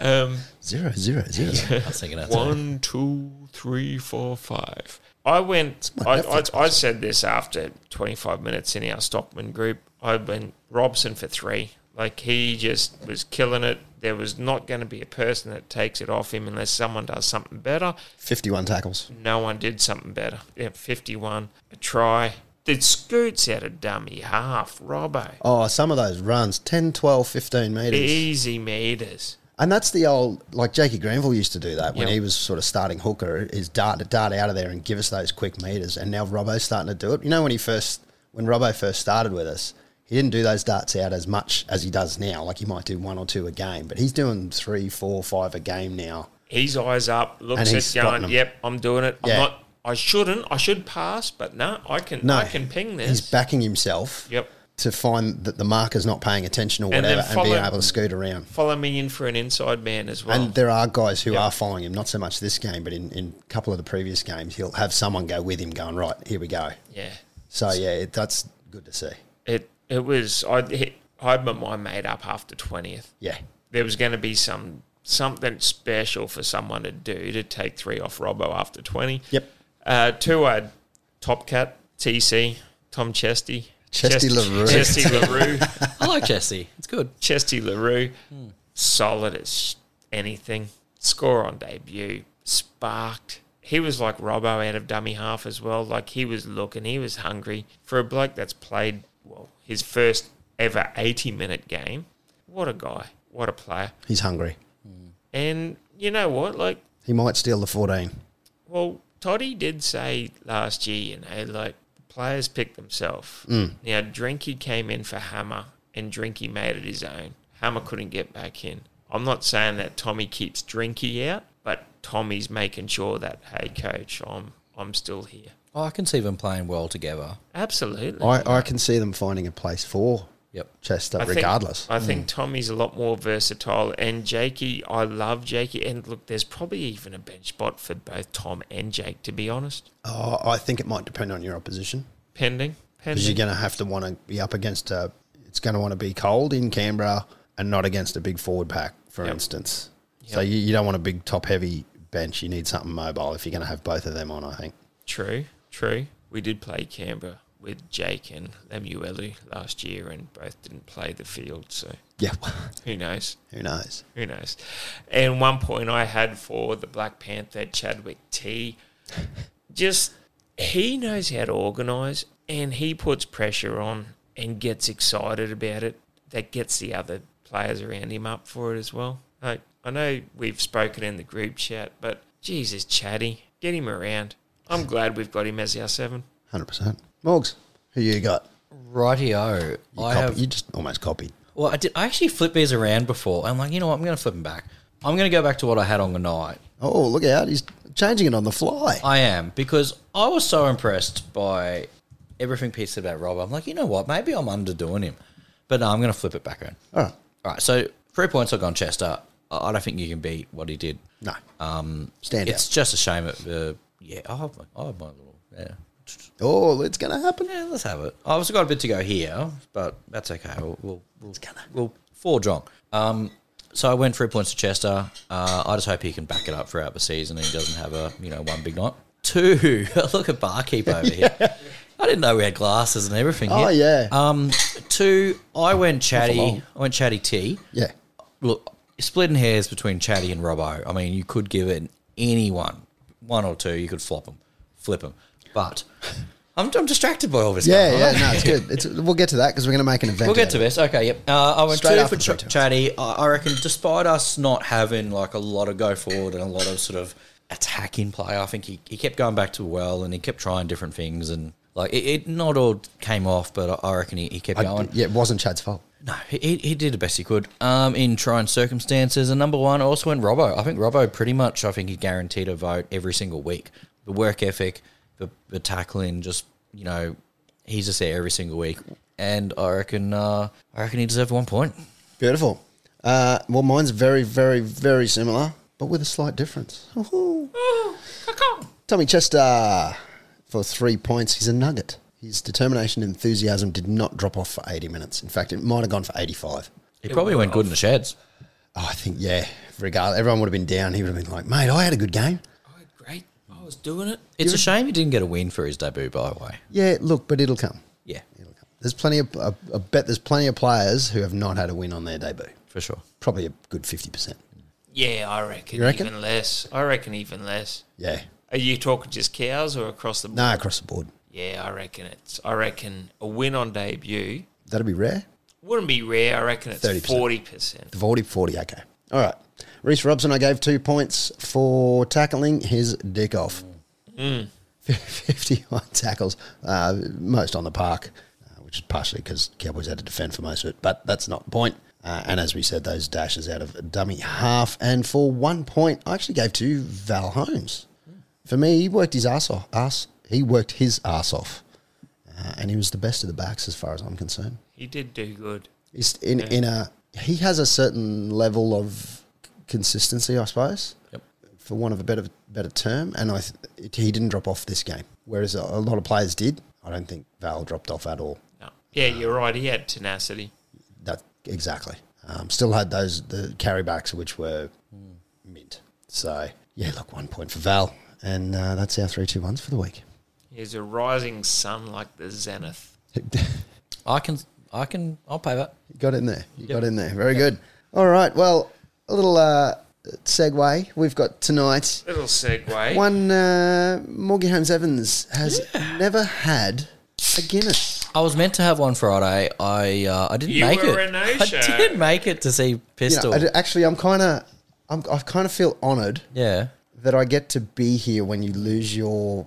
S3: um
S1: Zero, zero, zero.
S2: I was thinking that. too.
S3: One, two, three, four, five. I went. I, I, I said this after 25 minutes in our Stockman group. I went Robson for three. Like he just was killing it. There was not going to be a person that takes it off him unless someone does something better.
S1: Fifty-one tackles.
S3: No one did something better. Yeah, 51, a try. Did Scoots out a dummy half, Robbo.
S1: Oh, some of those runs 10, 12, 15 metres.
S3: Easy meters.
S1: And that's the old, like Jakey Granville used to do that when
S3: Yeah.
S1: he was sort of starting hooker, is dart, dart out of there and give us those quick meters. And now Robbo's starting to do it. You know, when he first, when Robbo first started with us, he didn't do those darts out as much as he does now. Like he might do one or two a game, but he's doing three, four, five a game now.
S3: He's eyes up,
S1: And
S3: looks
S1: he's
S3: at
S1: spotting
S3: going,
S1: 'em.
S3: yep, I'm doing it.
S1: Yeah.
S3: I'm not, I shouldn't, I should pass, but no, I can,
S1: No,
S3: I can ping this.
S1: He's backing himself
S3: Yep.
S1: to find that the marker's not paying attention or
S3: And then
S1: whatever and, being
S3: follow- Oh.
S1: able to scoot around.
S3: Follow me in for an inside man as well.
S1: And there are guys who are following him, not so much this game, but in, in a couple of the previous games, he'll have someone go with him going, right, here we go.
S3: yeah,
S1: So, yeah, it, that's good to see.
S3: it it was. I hit, I had my made up after twentieth.
S1: Yeah.
S3: There was going to be some something special for someone to do to take three off Robbo after twenty.
S1: Yep.
S3: Uh, two I had Top Cat TC Tom Chesty
S1: Chesty
S3: Chest-
S1: Larue. <laughs>
S3: Chesty Larue.
S2: I like Jesse. It's good.
S3: Chesty LaRue, solid as anything. Score on debut, sparked. He was like Robbo out of dummy half as well. Like he was looking, he was hungry. For a bloke that's played, well, his first ever 80 minute game, what a guy, what a player.
S1: He's hungry.
S3: And you know what? Like,
S1: He might steal the 14.
S3: well, Toddy did say last year, you know, like players pick themselves.
S1: Mm.
S3: Now, Drinky came in for Hammer, and Drinky made it his own. Hammer couldn't get back in. I'm not saying that Tommy keeps Drinky out, but Tommy's making sure that hey, coach, I'm I'm still here.
S2: Oh, I can see them playing well together.
S3: Absolutely.
S1: I, I can see them finding a place for
S2: Yep.
S1: Chester,
S3: I think-
S1: regardless.
S3: I think Tommy's a lot more versatile, and Jakey, I love Jakey. And look, there's probably even a bench spot for both Tom and Jake, to be honest.
S1: oh, I think it might depend on your opposition
S3: Pending,
S1: because you're
S3: pending.
S1: going to have to want to be up against a, it's going to want to be cold in Canberra and not against a big forward pack, for
S3: Yep.
S1: instance. So you, you don't want a big top heavy bench. You need something mobile if you're going to have both of them on, I think.
S3: True, true. We did play Canberra with Jake and Lemuelu last year, and both didn't play the field. So
S1: Yeah,
S3: who knows?
S1: <laughs> who knows?
S3: Who knows? And one point I had for the Black Panther, Chadwick T, just he knows how to organise and he puts pressure on and gets excited about it. That gets the other players around him up for it as well. Like, I know we've spoken in the group chat, but Jesus, Chatty, get him around. I'm glad we've got him as our seven.
S1: 100%. Morgs, who you got?
S2: Rightio.
S1: You,
S2: I
S1: copy-
S2: have
S1: you just almost copied.
S2: Well, I did. I actually flipped these around before. I'm like, you know what? I'm going to flip them back. I'm going to go back to what I had on the night.
S1: Oh, look out. He's changing it on the fly.
S2: I am because I was so impressed by everything Pete said about Rob. I'm like, you know what? Maybe I'm underdoing him, but no, I'm going to flip it back on.
S1: All right.
S2: All right. So three points I gone Chester. I I don't think you can beat what he did.
S1: No.
S2: Uh.
S1: Um, Stand
S2: It's just a shame. It, uh, yeah. I have my, I have my little. Yeah.
S1: out. Oh, it's going to happen.
S2: Yeah, let's have it. I've also got a bit to go here, but that's okay. We'll we'll, we'll, we'll forge on. Um, so I went three points to Chester. Uh, I just hope he can back it up throughout the season and he doesn't have a you know one big night. Two, <laughs> look at barkeep
S1: <laughs>
S2: over here. I didn't know we had glasses and everything.
S1: Oh,
S2: here.
S1: yeah.
S2: Um, two, I went chatty.
S1: long.
S2: I went chatty T
S1: yeah.
S2: look, splitting hairs between Chatty and Robbo. I mean, you could give it anyone, one or two. You could flop them, flip them. But I'm, I'm distracted by all this.
S1: Yeah,
S2: stuff.
S1: yeah, no, it's good. It's, we'll get to that because we're going to make an event.
S2: We'll get
S1: out
S2: to
S1: of
S2: this. Okay, yep. Uh, I went
S1: Straight
S2: two
S1: after
S2: for
S1: the
S2: Ch-
S1: breakdown.
S2: Chatty. I, I reckon, despite us not having like a lot of go forward and a lot of sort of attacking play, I think he, he kept going back to the well and he kept trying different things and like it, it not all came off, but I, I reckon he, he kept
S1: I-
S2: going.
S1: yeah, it wasn't Chad's fault.
S2: No, he, he did the best he could um, in trying circumstances. And number one, I also went Robbo. I think Robbo pretty much, I think he guaranteed a vote every single week. The work ethic, the, the tackling, just, you know, he's just there every single week. And I reckon, uh, I reckon he deserved one point.
S1: Beautiful. Uh, well, mine's very, very, very similar, but with a slight difference. Woohoo. Tommy Chester for three points. He's a nugget. His determination and enthusiasm did not drop off for 80 minutes. In fact, it might have gone for 85.
S2: He probably went good in the sheds.
S1: Oh, I think, yeah, regardless, everyone would have been down. He would have been like, mate, I had a good game.
S3: I had great. I was doing it.
S2: It's a shame he didn't get a win for his debut, by the way.
S1: Yeah, look, but it'll come.
S2: Yeah,
S1: It'll come. There's plenty of, I, I bet there's plenty of players who have not had a win on their debut.
S2: for sure.
S1: Probably a good 50%.
S3: Yeah, I reckon,
S1: You reckon?
S3: even less. I reckon even less.
S1: Yeah.
S3: Are you talking just cows or across the board?
S1: No, across the board.
S3: Yeah, I reckon it's. I reckon a win on debut
S1: That'd be rare.
S3: wouldn't be rare. I reckon it's
S1: 30%.
S3: forty percent.
S1: The 40, 40, okay. All right. Reese Robson, I gave two points for tackling his dick off. <laughs> 51 tackles, uh, most on the park, uh, which is partially because Cowboys had to defend for most of it, but that's not the point. Uh, and as we said, those dashes out of dummy half. And for one point, I actually gave to Val Holmes. For me, he worked his ass off. Ass, he worked his ass off. Uh, and he was the best of the backs as far as I'm concerned.
S3: He did do good.
S1: He's in in a he has a certain level of consistency, I suppose,
S2: Yep.
S1: for want of a better better term. And I th- it, he didn't drop off this game, whereas a, a lot of players did. I don't think Val dropped off at all.
S3: No. Yeah, you're right. He had tenacity.
S1: That exactly. Um, still had those the carrybacks which were mint. So yeah, look, one point for Val, and uh, that's our three two ones for the week. <laughs>
S3: He was a rising sun like the zenith.
S2: I can, I can, I'll pay that.
S1: You got in there. You got in there. Very good. All right. Well, a little uh, segue. We've got tonight.
S3: Little segue.
S1: One uh, Morgie Holmes Evans has never had a Guinness.
S2: I was meant to have one Friday. I uh, I didn't
S3: You
S2: make
S3: were
S2: it. <laughs>
S3: a
S2: I
S3: no-show.
S2: didn't make it to see
S1: You
S2: Pistol.
S1: know, I d- actually, I'm kind of, I'm, I kind of feel honoured
S2: yeah.
S1: that I get to be here when you lose your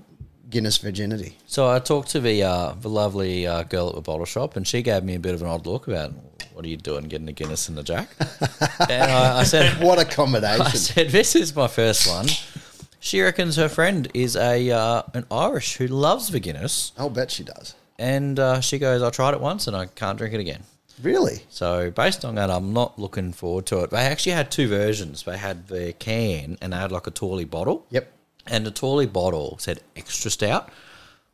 S1: Guinness virginity.
S2: So I talked to the uh, the lovely uh, girl at the bottle shop, and she gave me a bit of an odd look about what are you doing, getting a Guinness and
S1: <laughs>
S2: a Jack. and I, I said,
S1: What a
S2: I
S1: combination!
S2: said, this is my first one. She reckons her friend is a uh, an Irish who loves the Guinness,
S1: I'll bet she does.
S2: and uh, she goes, I tried it once and I can't drink it again.
S1: Really?
S2: So based on that, I'm not looking forward to it. They actually had two versions. They had the can and they had like a tawny bottle.
S1: Yep.
S2: And the tawny bottle said extra stout.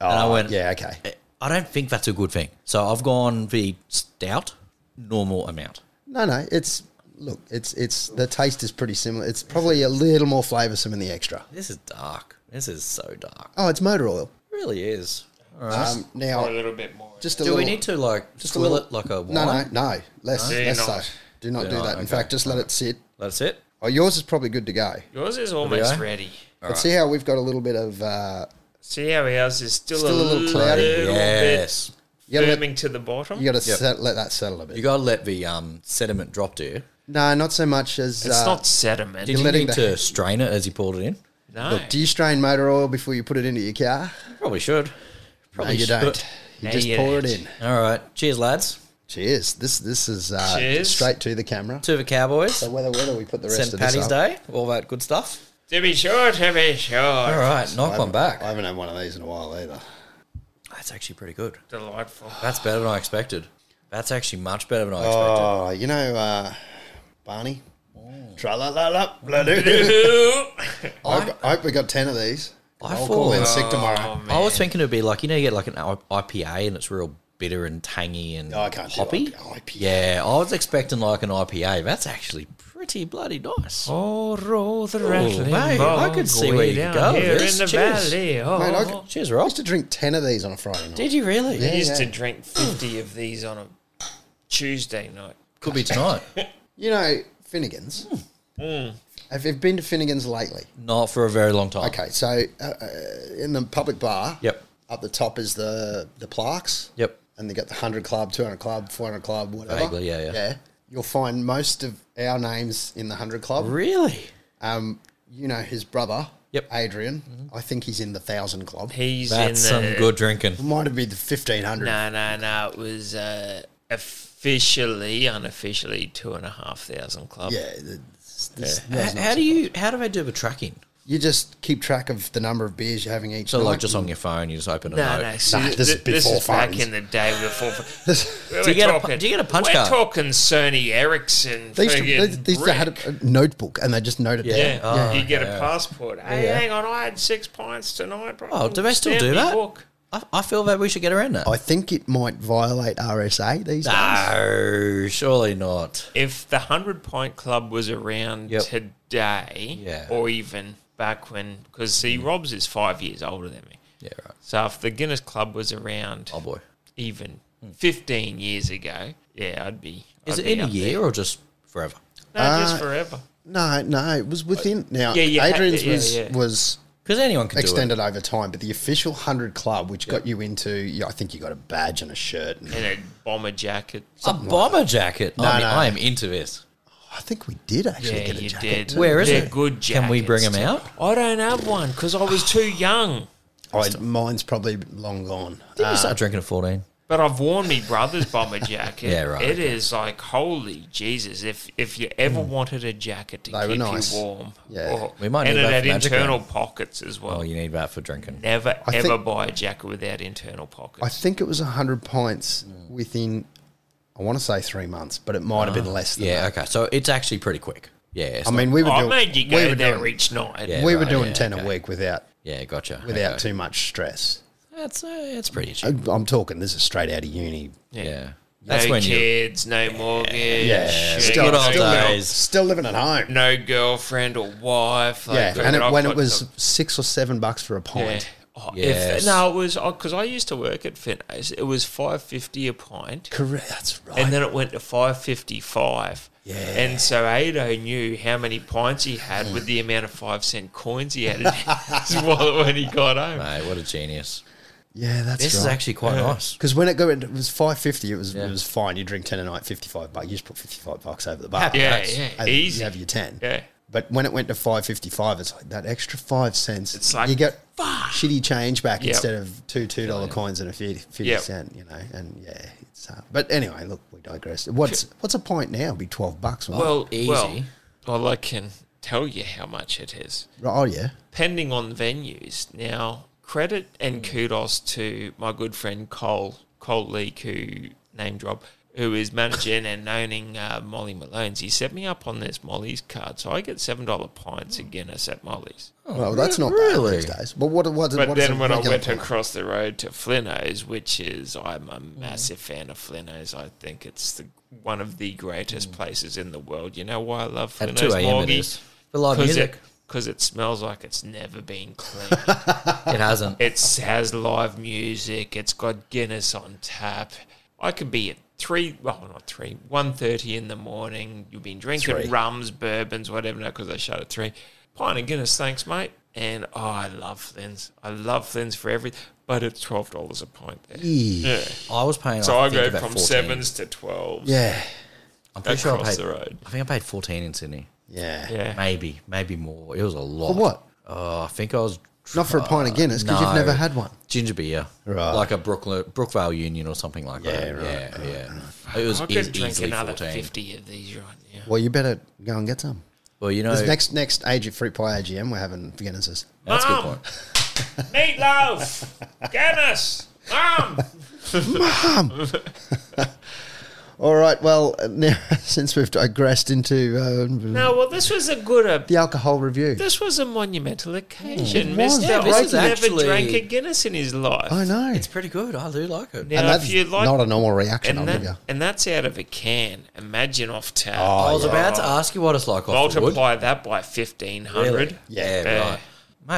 S2: and I went,
S1: Oh, Yeah. Okay.
S2: I don't think that's a good thing. So I've gone the stout normal amount.
S1: No, no. It's look. It's it's the taste is pretty similar. It's probably a little more flavoursome in the extra.
S2: This is dark. This is so dark.
S1: Oh, it's motor oil.
S2: It really is. All right.
S1: Um,
S3: Or a
S1: now,
S3: little bit more.
S1: just a
S2: Do
S1: little.
S2: we need to like just
S1: just a
S2: swill
S1: little-
S2: it like a wine?
S1: No, no, no. Less,
S3: Do
S1: less so.
S3: not.
S1: Do not
S2: Do
S1: do,
S2: not,
S1: that. In
S2: okay.
S1: fact, just let it sit.
S2: That's it.
S1: Oh, yours is probably good to go.
S3: Yours is almost
S2: There we go.
S3: ready.
S1: But see how we've got a little bit of. Uh,
S3: See how ours is still,
S1: Still
S3: a little cloudy. Little
S2: Yes.
S1: you got to let,
S3: firming to the bottom.
S1: you gotta set, let that settle a bit.
S2: You gotta let the um, sediment drop, do you?
S1: no, not so much as.
S3: it's
S1: uh,
S3: not sediment.
S2: Did you
S1: letting
S2: need
S1: the-
S2: to strain it as you poured it in?
S3: no.
S1: Do you strain motor oil before you put it into your car?
S2: Probably should. Probably
S1: no, you
S2: should.
S1: don't. You
S3: No,
S1: just
S3: you
S1: pour
S3: don't.
S1: it in.
S2: All right. Cheers, lads.
S1: Cheers. This this is uh,
S3: Cheers.
S1: straight to the camera.
S2: To the Cowboys.
S1: So whether whether we put the rest
S2: St.
S1: of
S2: Paddy's
S1: this up,
S2: Day. All that good stuff.
S3: to be sure, to be sure.
S2: All right. Knock one
S1: I
S2: back.
S1: haven't had one of these in a while either.
S2: That's actually pretty good.
S3: Delightful.
S2: That's better than I expected. That's actually much better than I expected.
S1: Oh, you know, uh, Barney.
S3: Oh.
S1: Tra la la la. blah, doo, doo.
S3: <laughs>
S1: I hope- I hope we got ten of these.
S2: I
S1: I'll call
S2: thought-
S1: in sick tomorrow.
S3: Oh,
S2: I
S3: man.
S2: was thinking it'd be like you know you get like an I- IPA and it's real bitter and tangy and
S1: No, I can't do
S2: hoppy.
S1: IPA.
S2: Yeah, I was expecting like an IPA. That's actually pretty bloody nice.
S3: Oh, roll the rattling
S2: mate,
S3: ball
S2: I could see
S3: way
S2: where you could
S3: down
S2: go with
S3: Here
S2: this.
S3: in the
S2: Cheers.
S3: valley. Oh.
S1: Mate, I could-
S2: Cheers,
S1: I
S2: Rob.
S1: used to drink ten of these on a Friday night.
S2: Did you really?
S3: I used to
S1: yeah.
S3: drink 50 of these on a Tuesday night.
S2: Could
S1: <laughs>
S2: be tonight.
S1: You know, Finnegan's.
S2: Hmm.
S1: Have you been to Finnegan's lately?
S2: Not for a very long time.
S1: Okay, so uh, uh, in the public bar,
S2: Yep.
S1: Up the top is the the plaques.
S2: Yep.
S1: And they got the hundred club, two hundred club, four hundred club, whatever.
S2: Vaguely, yeah, yeah.
S1: Yeah. You'll find most of our names in the hundred club.
S2: Really?
S1: Um, you know his brother.
S2: Yep. Mm-hmm.
S1: Adrian. I think he's in the thousand club.
S3: He's in the,
S2: That's some good drinking.
S1: Might have been the fifteen hundred.
S3: No, no, no. It was uh, officially, unofficially, two and a half thousand club.
S1: Yeah. It's, it's,
S2: How, how do you? How do they do the tracking?
S1: You just keep track of the number of beers you're having each.
S2: So
S1: night.
S2: like just on your phone, you just open a
S3: No,
S2: note.
S3: no. See,
S1: Nah,
S3: th-
S1: this is
S3: this,
S1: before
S3: is back
S1: phones.
S3: in the day before. pho-
S1: This-
S3: We're
S2: you get a pu-
S3: talking-
S2: do you get a punch
S3: we're
S2: card?
S3: talking Sony
S1: <laughs>
S3: Ericsson.
S1: They used to,
S3: friggin'
S1: they, they used to had
S3: brick.
S1: a, a notebook and they just noted
S2: Yeah.
S1: down.
S3: Yeah,
S2: Oh,
S3: you get
S2: yeah.
S3: a passport. Hey, hang on, I had six pints tonight, bro.
S2: Oh, do they still
S3: Stamp
S2: do
S3: me
S2: that?
S3: book.
S2: I, I feel that we should get around that.
S1: I think it might violate RSA these days.
S2: No, surely not.
S3: If the hundred pint club was around
S2: Yep.
S3: today,
S2: Yeah. Mm.
S3: or even back when, because see, Rob's is five years older than me.
S2: Yeah, right.
S3: So if the Guinness Club was around,
S2: Oh boy.
S3: even 15 years ago, yeah, I'd be.
S2: Is
S3: I'd
S2: it in
S3: be
S2: a
S3: up
S2: year or just forever?
S3: there. No,
S1: Uh,
S3: just forever.
S1: No, no, it was within. Now,
S3: Yeah, yeah,
S1: Adrian's
S3: yeah,
S1: was,
S3: yeah.
S1: was
S2: Because anyone can
S1: extended over time, but the official 100 club, which got you into, yeah, I think you got a badge and a shirt. And
S3: In a bomber jacket.
S2: do it. A bomber jacket. I, mean,
S1: no.
S2: I am into this.
S1: I think we did actually
S3: Yeah,
S1: get a
S3: you
S1: jacket.
S3: did.
S1: too.
S2: Where is
S3: They're
S2: it?
S3: good
S2: Can we bring
S3: jackets,
S2: them out?
S3: I don't have one because I was too young.
S1: I, mine's probably long gone.
S2: Did you start drinking at fourteen?
S3: But I've worn my brother's bomber jacket.
S1: <laughs>
S2: Yeah, right,
S3: It
S2: okay.
S3: is like holy Jesus! If if you ever wanted a jacket to
S1: Mm. They were
S3: keep
S1: nice.
S3: you warm,
S1: Yeah.
S2: We might
S3: and
S2: need
S3: it
S2: that
S3: had
S2: for Magic
S3: internal pockets as well.
S2: Oh, you need that for drinking.
S3: Never
S1: I
S3: ever
S1: think-
S3: buy a jacket without internal pockets.
S1: I think it was 100 pints
S2: Mm.
S1: within, I want to say three months, but it might have been less than
S2: Uh-huh. Yeah.
S1: that.
S2: Okay. So it's actually pretty quick. Yeah. it's
S1: I
S2: not-
S1: mean, we were
S3: I
S1: doing,
S3: Oh, made you
S1: we
S3: go
S1: were
S3: there
S1: doing,
S3: each night.
S2: Yeah,
S1: we were
S2: right,
S1: doing
S2: yeah,
S1: 10
S2: okay.
S1: a week without,
S2: Yeah. Gotcha.
S1: without
S2: okay.
S1: too much stress.
S2: That's uh, it's pretty cheap.
S1: I'm I'm talking, this is straight out of uni.
S3: Yeah.
S2: yeah.
S3: No
S2: That's when you.
S3: kids, no mortgage.
S1: Yeah,
S2: the good old
S3: no, girl-
S2: days.
S1: Still living at home.
S3: No girlfriend or wife. like,
S1: Yeah, and
S3: I've
S1: it, when it
S3: got
S1: was
S3: the-
S1: six or seven bucks for a
S3: yeah.
S1: pint.
S3: Oh, if-
S2: Yes.
S3: no, it was because I used to work at Fitness. It was five fifty a pint,
S1: Correct. That's right.
S3: and then it went to five fifty five.
S1: Yeah.
S3: And so Ado knew how many pints he had with the amount of five cent coins he had in his <laughs> wallet when he got
S2: <laughs>
S3: home.
S2: Mate, what a genius.
S1: yeah, that's
S2: This is actually quite nice.
S1: because when it go, it was five fifty. It was
S2: Yeah.
S1: it was fine. You drink ten a night, fifty five bucks. You just put fifty five bucks over the bar.
S2: Happy
S3: Yeah,
S2: days.
S3: yeah,
S1: and
S3: easy.
S1: You have your ten.
S3: Yeah.
S1: But when it went to five fifty five, it's like that extra five cents.
S3: It's like,
S1: you get shitty change back
S3: Yep.
S1: instead of two two dollar coins and a fifty fifty cent.
S3: Yep.
S1: You know, and yeah, it's hard. But anyway, look, we digress. What's what's a pint now? It'd be twelve bucks. wouldn't
S3: Well,
S2: easy.
S3: well, well, I can tell you how much it is.
S1: it? oh yeah,
S3: depending on venues. Now, credit and
S2: Hmm.
S3: kudos to my good friend Cole, Cole Leake, who name drop, who is
S2: <laughs>
S3: managing and owning uh, Molly Malone's. He set me up on this Molly's card, so I get seven dollar pints
S2: Hmm.
S3: of Guinness at Molly's.
S2: Oh,
S1: well that's not
S2: really?
S1: bad these days. But what what?
S3: Oh, But
S1: what is
S3: then
S1: a
S3: when I
S1: regular
S3: went
S1: pint?
S3: across the road to Flino's, which is I'm a
S2: Hmm.
S3: massive fan of Flino's. I think it's the, one of the greatest places in the world. You know why I love
S2: Hmm. At
S3: Flino's?
S2: two a.m. it
S3: Morgie?
S2: is. The live
S3: 'Cause
S2: music.
S3: it, 'cause it smells like it's never been cleaned.
S2: It hasn't. <laughs>
S3: It has live music. It's got Guinness on tap. I could be at three, well, not three, one thirty in the morning. You've been drinking
S1: Three.
S3: rums, bourbons, whatever. No, because they shut at three. Pint of Guinness, thanks, mate. And oh, I love Flynn's. I love Flynn's for everything, but it's twelve dollars a pint there.
S1: Yeah.
S3: <laughs> Yeah.
S2: I was paying.
S3: So I,
S2: think,
S3: go
S2: about
S3: from
S2: 14.
S3: sevens to twelves.
S1: Yeah.
S2: I'm pretty sure I
S3: across
S2: paid.
S3: the road.
S2: I think I paid fourteen in Sydney.
S1: Yeah.
S3: yeah.
S2: Maybe, maybe more. It was a lot.
S1: For what?
S2: Oh, I think I was
S1: Not for a pint of Guinness because
S2: no.
S1: you've never had one.
S2: ginger beer,
S1: Right.
S2: Like a Brooklyn Brookvale Union or something like that.
S1: right,
S2: yeah, yeah. It was
S3: I
S2: e-
S3: could drink
S2: easily
S3: another
S2: fourteen.
S3: fifty of these right now.
S1: Well, you better go and get some.
S2: Well, you know,
S1: This next next age of fruit pie AGM, we're having Guinnesses.
S2: that's a good
S3: Mom!
S2: point.
S3: <laughs> Meatloaf, Guinness,
S2: <laughs>
S3: Mum.
S1: All right. Well, <laughs> now since we've digressed into uh,
S3: No, well, this was a good. Uh,
S1: the alcohol review,
S3: This was a monumental occasion.
S1: It was.
S3: Mr.
S1: Yeah,
S3: Oz
S1: this is
S3: never
S2: actually-
S3: drank a Guinness in his life.
S1: I know,
S2: It's pretty good. I do like it.
S3: Now,
S1: and that's
S3: if you like,
S1: not a normal reaction. I'll
S3: and,
S1: give
S3: that-
S1: you.
S3: and that's out of a can. Imagine off tap.
S2: I
S1: Oh,
S2: was about to ask you what it's like off the wood.
S3: Multiply that by 1,500.
S2: Really? Yeah,
S1: Yeah.
S3: Yeah.
S2: right.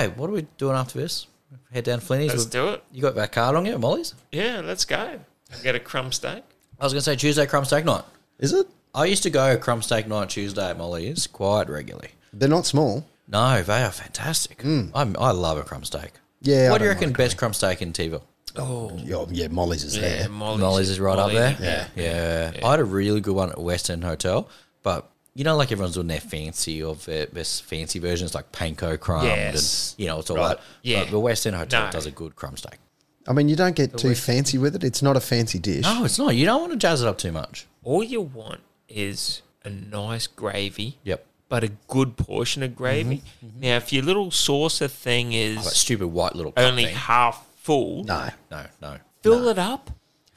S2: Mate, what are we doing after this? Head down to Flinny's.
S3: Let's
S2: We've-
S3: do it.
S2: You got that card on you, at Molly's?
S3: Yeah, let's go. Get a crumb steak.
S2: I was going to say Tuesday crumb steak night.
S1: Is it?
S2: I used to go crumb steak night Tuesday at Molly's quite regularly.
S1: They're not small.
S2: No, they are fantastic. I'm, I love a crumb steak.
S1: Hmm. Yeah,
S2: what
S1: I
S2: do you
S1: don't
S2: reckon?
S1: mind
S2: best crumb steak in Tiville?
S3: Oh,
S1: Craig. Oh, yeah, Molly's is
S3: yeah,
S1: there.
S3: Molly's,
S2: Molly's is right
S3: Molly,
S2: up there. Yeah. yeah, I had a really good one at Western Hotel, but you know, like everyone's doing their fancy or their best fancy versions, like panko crumb,
S3: Yes.
S2: and you know, it's all
S1: Right.
S2: that.
S3: Yeah.
S2: but the Western Hotel
S3: No.
S2: does a good crumb steak.
S1: I mean, you don't get too fancy with it. It's not a fancy dish.
S2: No, it's not. You don't want to jazz it up too much.
S3: All you want is a nice gravy.
S2: Yep.
S3: But a good portion of gravy.
S1: Mm-hmm.
S3: Now, if your little saucer thing
S1: Oh,
S2: That
S3: is
S2: stupid white little cup
S3: only
S2: thing.
S3: half full,
S1: No.
S2: No, no.
S3: fill it up.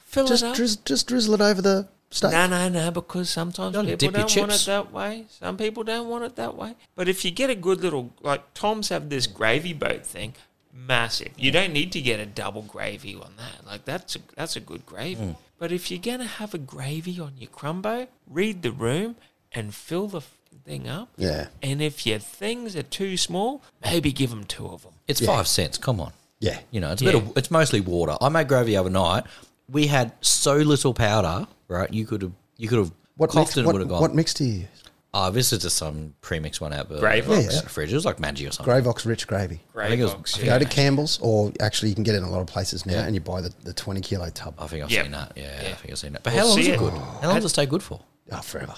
S3: Fill
S1: Just,
S3: it up.
S1: drizz, just drizzle it over the steak.
S3: No, no, no, because sometimes
S2: Gotta
S3: people
S2: dip your
S3: don't want
S2: chips.
S3: it that way. Some people don't want it that way. But if you get a good little, like Tom's have this gravy boat thing, massive. You don't need to get a double gravy on that. Like that's a, that's a good gravy.
S1: Mm.
S3: But if you're gonna have a gravy on your crumbo, read the room and fill the f- thing up.
S1: Yeah.
S3: And if your things are too small, maybe give them two of them.
S2: It's
S1: Yeah.
S2: five cents. Come on.
S1: Yeah.
S2: You know, it's a
S3: Yeah.
S2: bit of, it's mostly water. I made gravy overnight. We had so little powder, right? You could have you could have
S1: What
S2: coughed
S1: mix,
S2: and it
S1: what,
S2: would have gone.
S1: what mix do you use?
S2: Uh, this is just some premix one out of
S3: Gravox?
S2: out of the fridge. It was like Maggi or something.
S1: Gravox rich gravy.
S3: Gravy
S2: I think it was-
S3: box,
S2: I
S3: yeah.
S1: Go to Campbell's, or actually, you can get it in a lot of places now, and you buy the, the 20 kilo tub.
S2: I think I've
S3: Yeah.
S2: seen that. Yeah, I
S3: Yeah.
S2: think I've seen that. But
S3: Well,
S2: how long is
S3: see
S2: it
S3: it-
S2: good? How long does it stay good for?
S1: Oh, forever.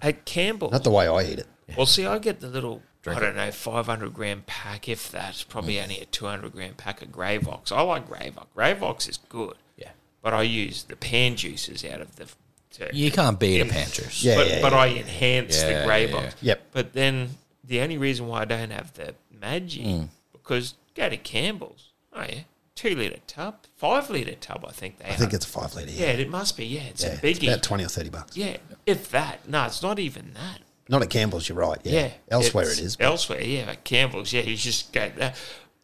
S3: At Campbell.
S1: Not the way I eat it.
S3: Well, see, I get the little, I don't know, 500 gram pack, if that. Probably
S1: Mm.
S3: only a 200 gram pack of Gravox. I like Gravox. Gravox is good,
S2: Yeah.
S3: but I use the pan juices out of the. To,
S2: You can't beat a pan juice.
S1: Yeah,
S3: but
S1: yeah,
S3: but
S1: yeah.
S3: I enhance the
S2: Yeah,
S3: Gravox.
S2: yeah.
S1: Yep.
S3: But then the only reason why I don't have the Maggi,
S1: Mm.
S3: because go to Campbell's. Oh, yeah. Two litre tub, five litre tub, I think they
S1: I think it's a five litre.
S3: Yeah, it must be. Yeah, it's
S1: Yeah,
S3: a
S1: it's
S3: biggie.
S1: about 20 or 30 bucks.
S3: yeah, if that. No, it's not even that.
S1: Not at Campbell's, you're right. Yeah.
S3: Yeah.
S1: Elsewhere
S3: it's-
S1: it is.
S3: Elsewhere, yeah. Like Campbell's, yeah. You just get that.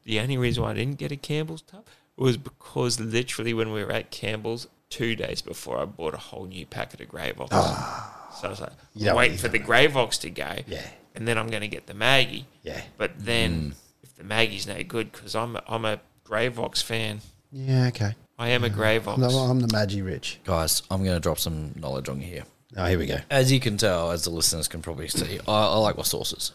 S3: The only reason why I didn't get a Campbell's tub was because literally when we were at Campbell's two days before, I bought a whole new packet of Gravox. So I was like,
S1: Ah. You
S3: I'm
S1: don't
S3: waiting
S1: need
S3: for
S1: that,
S3: the Gravox to go.
S1: Yeah.
S3: And then I'm going to get the Maggie.
S1: Yeah.
S3: But
S2: Mm.
S3: then if the Maggie's no good, because I'm, a- I'm a Gravox fan,
S1: Yeah, okay.
S3: I
S2: Mm.
S3: am a Gravox.
S1: No, I'm the Maggi Rich.
S2: Guys, I'm going to drop some knowledge on you here.
S1: Oh, here we go.
S2: As you can tell, as the listeners can probably see, I, I like my sauces.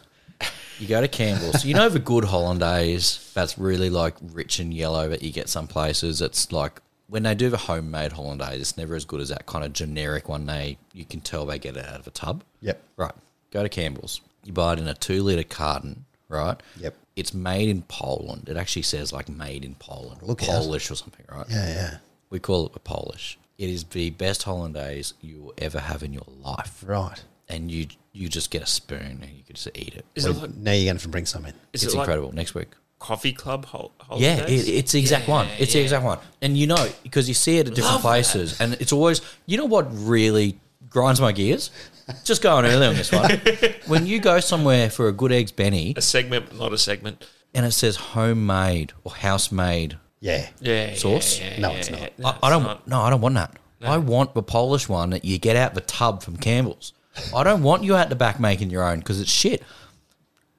S2: You go to Campbell's. You know the good hollandaise that's really like rich and yellow that you get some places. It's like when they do the homemade hollandaise, it's never as good as that kind of generic one. They you can tell they get it out of a tub.
S1: Yep.
S2: Right. Go to Campbell's. You buy it in a two liter carton, right?
S1: Yep.
S2: It's made in Poland. It actually says like made in Poland, or
S1: Look out.
S2: Polish or something, right?
S1: Yeah, yeah.
S2: We call it a Polish. It is the best hollandaise you will ever have in your life,
S1: Right.
S2: and you you just get a spoon and you can just eat it.
S3: Is it like,
S1: Now you're going to bring some in.
S3: is
S2: it's
S3: it like
S2: incredible. Next week.
S3: coffee club hol-
S2: Yeah,
S3: holidays?
S2: it, it's the exact one. It's the exact one. And you know, because you see it at different places, and it's always, you know what really grinds my gears? Just going early on this
S3: <laughs>
S2: one. when you go somewhere for a good eggs Benny
S3: a segment, but not a segment.
S2: and it says homemade or house made,
S1: Yeah.
S3: Yeah.
S2: Sauce?
S3: yeah, yeah,
S1: No,
S3: yeah,
S1: it's not.
S3: yeah.
S2: I, I don't, no, I don't want that. I want the Polish one that you get out the tub from Campbell's. I don't want you out the back making your own because it's shit.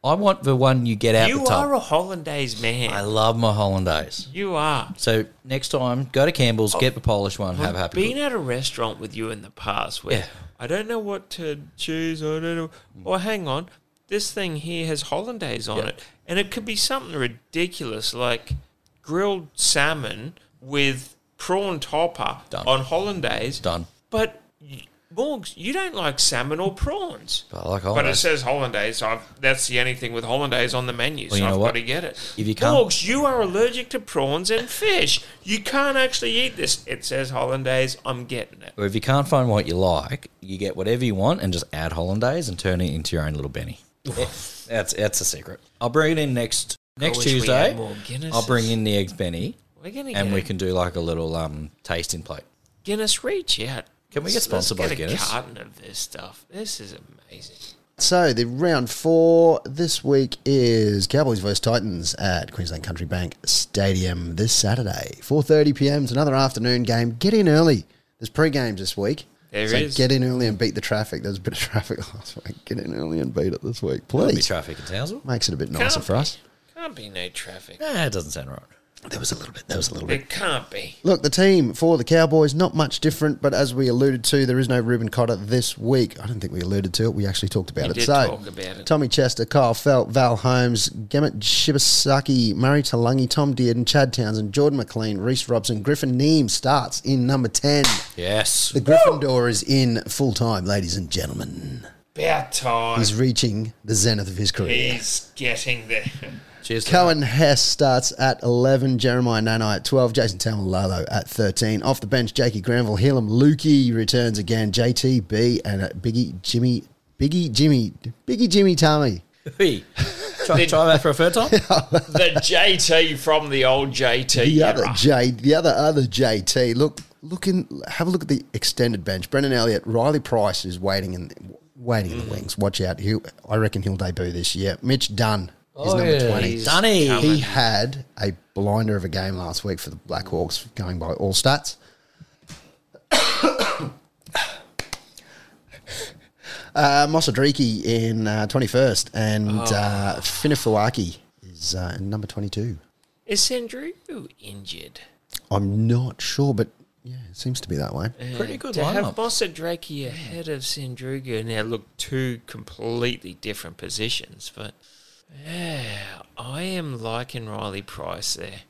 S2: I want the one you get out
S3: You
S2: the tub.
S3: are a hollandaise man.
S2: I love my hollandaise.
S3: you are.
S2: So next time, go to Campbell's, get the Polish one, have a happy.
S3: Been at a restaurant with you in the past where
S2: Yeah. Mm.
S3: I don't know what to choose. I don't know. Or hang on, this thing here has hollandaise on it, and it could be something ridiculous like grilled salmon with prawn topper
S2: Done.
S3: on hollandaise.
S2: Done.
S3: But y- Morgs, you don't like salmon or prawns.
S2: But I like
S3: But it
S2: hollandaise.
S3: says hollandaise. So I've, that's the only thing with hollandaise on the menu.
S2: you
S3: so
S2: know
S3: I've
S2: what?
S3: got to get it.
S2: If you can't-
S3: Morgs, you are allergic to prawns and fish. You can't actually eat this. It says hollandaise. I'm getting it.
S2: Or if you can't find what you like, you get whatever you want and just add hollandaise and turn it into your own little benny. that's that's a secret. I'll bring it in next next
S3: wish we
S2: Tuesday.
S3: had more Guinnesses.
S2: I'll bring in the eggs benny,
S3: We're gonna
S2: and
S3: get
S2: we
S3: a
S2: can do like a little um tasting plate.
S3: Guinness reach out.
S2: Can we get
S3: Let's- let's
S2: sponsored by
S3: get a
S2: Guinness?
S3: carton of this stuff. This is amazing.
S1: So the round four this week is Cowboys vs Titans at Queensland Country Bank Stadium this Saturday, four thirty p.m. It's another afternoon game. Get in early. There's pre games this week.
S3: There
S1: so
S3: is.
S1: Get in early and beat the traffic. There's a bit of traffic <laughs> last week. Get in early and beat it this week,
S2: There'll be
S1: please.
S2: traffic in Townsville.
S1: Makes it a bit
S3: Can't
S1: nicer for us.
S3: Be, can't be no traffic.
S2: Nah, it doesn't sound right.
S1: There was a little bit. There was a little bit.
S3: It can't be.
S1: Look, the team for the Cowboys, not much different, but as we alluded to, there is no Ruben Cotter this week. I don't think we alluded to it. We actually talked about
S3: We
S1: it.
S3: did
S1: so,
S3: talk about it.
S1: Tommy Chester, Kyle Felt, Val Holmes, Gemmet Shibasaki, Murray Talungi, Tom Dearden, Chad Townsend, Jordan McLean, Reese Robson, Griffin Neem starts in number 10.
S2: Yes.
S1: The Gryffindor is in full time, ladies and gentlemen.
S3: About time.
S1: He's
S3: He's,
S1: reaching the zenith of his career.
S3: getting there.
S2: Cheers. to
S1: Cohen Hess starts at 11, Jeremiah Nanai at 12, Jason Tamalolo at 13. Off the bench, Jakey Granville, Helam Lukey returns again, JTB and uh, Biggie Jimmy, Biggie Jimmy, Biggie Jimmy Tommy.
S2: that. Hey. Try, try that for a third time.
S3: The JT from the old JT.
S1: The other
S3: era.
S1: J, the other other JT. Look, look in, have a look at the extended bench. Brendan Elliott, Riley Price is waiting in, waiting in the wings. Watch out, he, I reckon he'll debut this year. Mitch Dunn. is number 20.
S2: He's Dunny.
S1: He had a blinder of a game last week for the Blackhawks, going by all stats. <coughs> uh, Mossadriki in uh, 21st and uh, Finifuaki is uh, number 22.
S3: Is Sandrew injured?
S1: I'm not sure, but yeah, it seems to be that way.
S2: Pretty good
S3: to
S2: lineup.
S3: have Bossa Drakey ahead of Sandruga now look two completely different positions, but yeah, I am liking Riley Price there.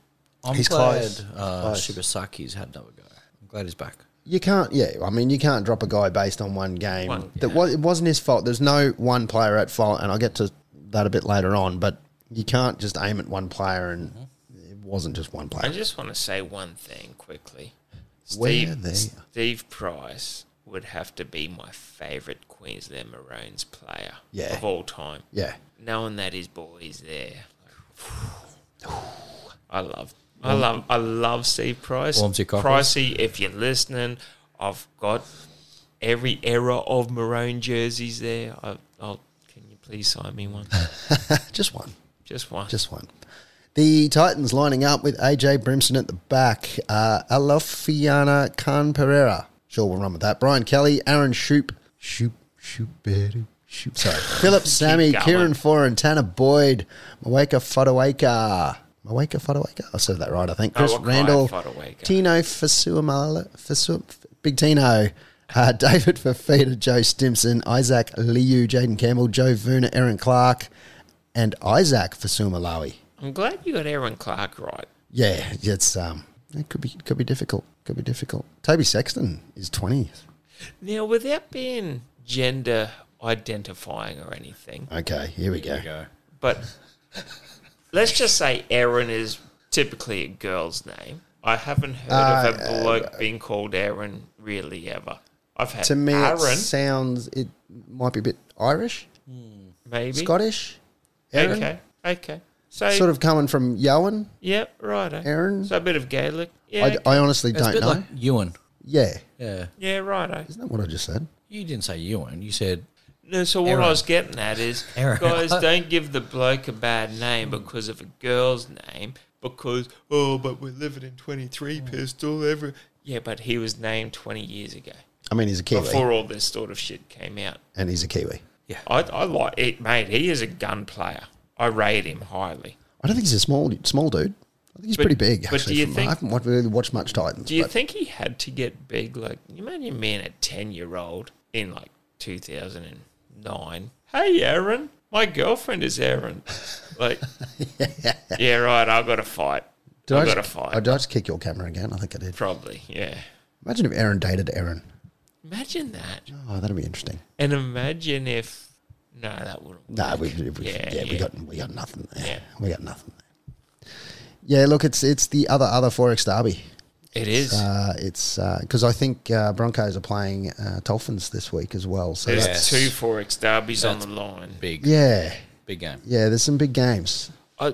S2: I'm
S1: He's
S2: glad
S1: close.
S2: Uh,
S1: He's
S2: Shibasaki's had another go. I'm glad he's back.
S1: You can't, yeah. I mean, you can't drop a guy based on one game.
S3: One,
S1: that was, it wasn't his fault. There's no one player at fault, and I'll get to that a bit later on. But you can't just aim at one player, and it wasn't just one
S3: I
S1: player.
S3: just want to say one thing quickly.
S1: Where
S3: Steve,
S1: they-
S3: Steve Price would have to be my favourite Queensland Maroons player
S1: Yeah.
S3: of all time.
S1: Yeah,
S3: Knowing that his boy is there, <sighs> I love, I love, I love Steve Price.
S2: Warms your cockles.
S3: Pricey, if you're listening, I've got every era of Maroon jerseys there. I, I'll, can you please sign
S2: <laughs>
S3: me one?
S1: just one,
S3: Just one.
S1: just one. The Titans lining up with AJ Brimson at the back, uh, Alofiana Khan Pereira. Sure, we'll run with that. Brian Kelly, Aaron Shoop, Shoop, Shoop, Shoop. Sorry, Philip Sammy,
S3: going.
S1: Kieran Foran, Tanner Boyd, Maweka Fodawaker. Maweka Fodawaker. I said that right, I think. Chris
S3: Awakai
S1: Randall,
S3: Fodawaker.
S1: Tino Fasuamala, Fasu, Big Tino, uh, <laughs> David Fafita, Joe Stimson, Isaac Liu, Jaden Campbell, Joe Vuna, Aaron Clark, and Isaac Fasumalawi.
S3: I'm glad you got Aaron Clark right.
S1: Yeah, it's um, it could be could be difficult. Could be difficult. Toby Sexton is twenty.
S3: Now, without being gender identifying or anything,
S1: Okay, here we go.
S2: go.
S3: but let's just say Aaron is typically a girl's name. I haven't heard
S1: Uh,
S3: of a bloke being called Aaron really ever. I've had
S1: To me,
S3: Aaron,
S1: it sounds it might be a bit Irish,
S3: maybe.
S1: Scottish. Aaron,
S3: Okay, okay. So,
S1: sort of coming from Yowan.
S3: yeah, right.
S1: Aaron?
S3: So a bit of Gaelic. Yeah,
S1: I, I honestly
S2: It's a
S1: don't
S2: bit
S1: know.
S2: like Ewan.
S1: yeah,
S2: Yeah.
S3: yeah, right.
S1: isn't that what I just said?
S2: You didn't say Ewan. You said
S3: No, so what I was getting
S1: <laughs>
S3: at is,
S2: Aaron.
S3: guys, don't give the bloke a bad name because of a girl's name. Because oh, but we're living in twenty three
S1: Mm.
S3: pistol. Every yeah, but he was named twenty years ago
S1: I mean, he's a Kiwi,
S3: before all this sort of shit came out.
S1: and he's a Kiwi.
S3: I, I like it, mate. He is a gun player. I rate him highly.
S1: I don't think he's a small small dude. I think he's
S3: But-
S1: pretty big.
S3: but do
S1: Actually,
S3: you
S1: from-
S3: think-
S1: I haven't wa- really watched much Titans.
S3: Do you
S1: but
S3: think he had to get big? Like, you imagine being a 10 year old in like 2009. Hey, Aaron, my girlfriend is
S1: <laughs>
S3: Aaron. Like, yeah. right, I've got to fight.
S1: did
S3: I've
S1: I
S3: got to
S1: just, oh,
S3: fight.
S1: did I just kick your camera again? I think I did.
S3: Probably, yeah.
S1: Imagine if Aaron dated Aaron.
S3: Imagine that.
S1: Oh, that'd be interesting.
S3: And imagine if. No, that wouldn't.
S1: No,
S3: work.
S1: we, we, we- yeah,
S3: Yeah,
S1: we
S3: yeah.
S1: got we got nothing there.
S3: Yeah.
S1: We got nothing there. Yeah, look, it's it's the other other forex derby.
S3: It is.
S1: Uh, it's because I think uh, Broncos are playing uh, Dolphins this week as well. So
S3: There's
S1: that's-
S3: two Forex derbies on the line.
S2: big.
S1: yeah,
S2: Big game.
S1: yeah. There's some big games.
S3: I,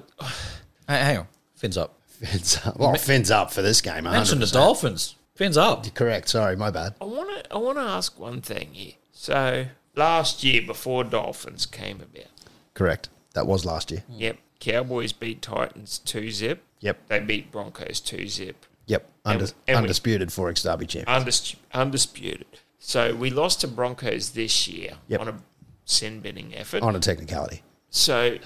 S2: Hey, hang on. Fins up.
S1: Fins up. Well, fins up for this game.
S2: Mention the
S1: 100%.
S2: Dolphins. Fins up.
S1: Correct. Sorry, my bad.
S3: I want to. I want to ask one thing here. So last year, before Dolphins came about,
S1: Correct. That was last year.
S3: yep, Cowboys beat Titans two zip.
S1: Hmm. Yep.
S3: they beat Broncos two zip.
S1: Yep. Undis-
S3: And- and we-
S1: undisputed forex derby champ.
S3: Undis- undisputed. So we lost to Broncos this year
S1: Yep.
S3: on a sin binning effort.
S1: on a technicality.
S3: So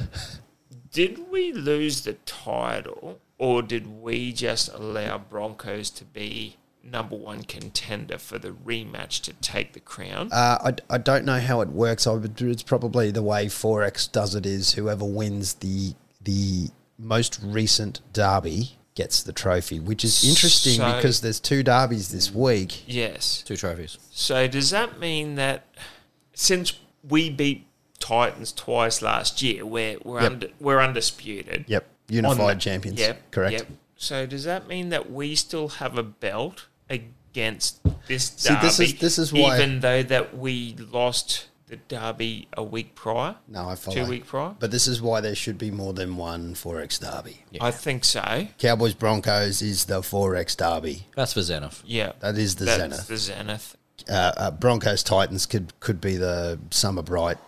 S3: did we lose the title or did we just allow Broncos to be number one contender for the rematch to take the crown?
S1: Uh, I, I don't know how it works. I would, it's probably the way Forex does it is whoever wins the the most recent derby gets the trophy, which is interesting
S3: So-
S1: because there's two derbies this week.
S3: yes.
S2: Two trophies.
S3: So does that mean that since we beat Titans twice last year, we're we're
S1: Yep.
S3: und- we're undisputed.
S1: Yep,
S3: on
S1: unified
S3: that-
S1: champions.
S3: Yep,
S1: correct.
S3: Yep. So does that mean that we still have a belt against this
S1: See,
S3: derby?
S1: this is- this is why-
S3: even though that we lost the derby a week prior.
S1: No, I follow.
S3: Two week prior.
S1: But this is why there should be more than one Forex derby.
S3: I think so.
S1: Cowboys Broncos is the Forex derby.
S2: That's for Zenith.
S3: Yeah,
S1: That is the
S3: that's
S1: Zenith.
S3: the Zenith.
S1: Uh, uh, Broncos Titans could could be the Summer Bright.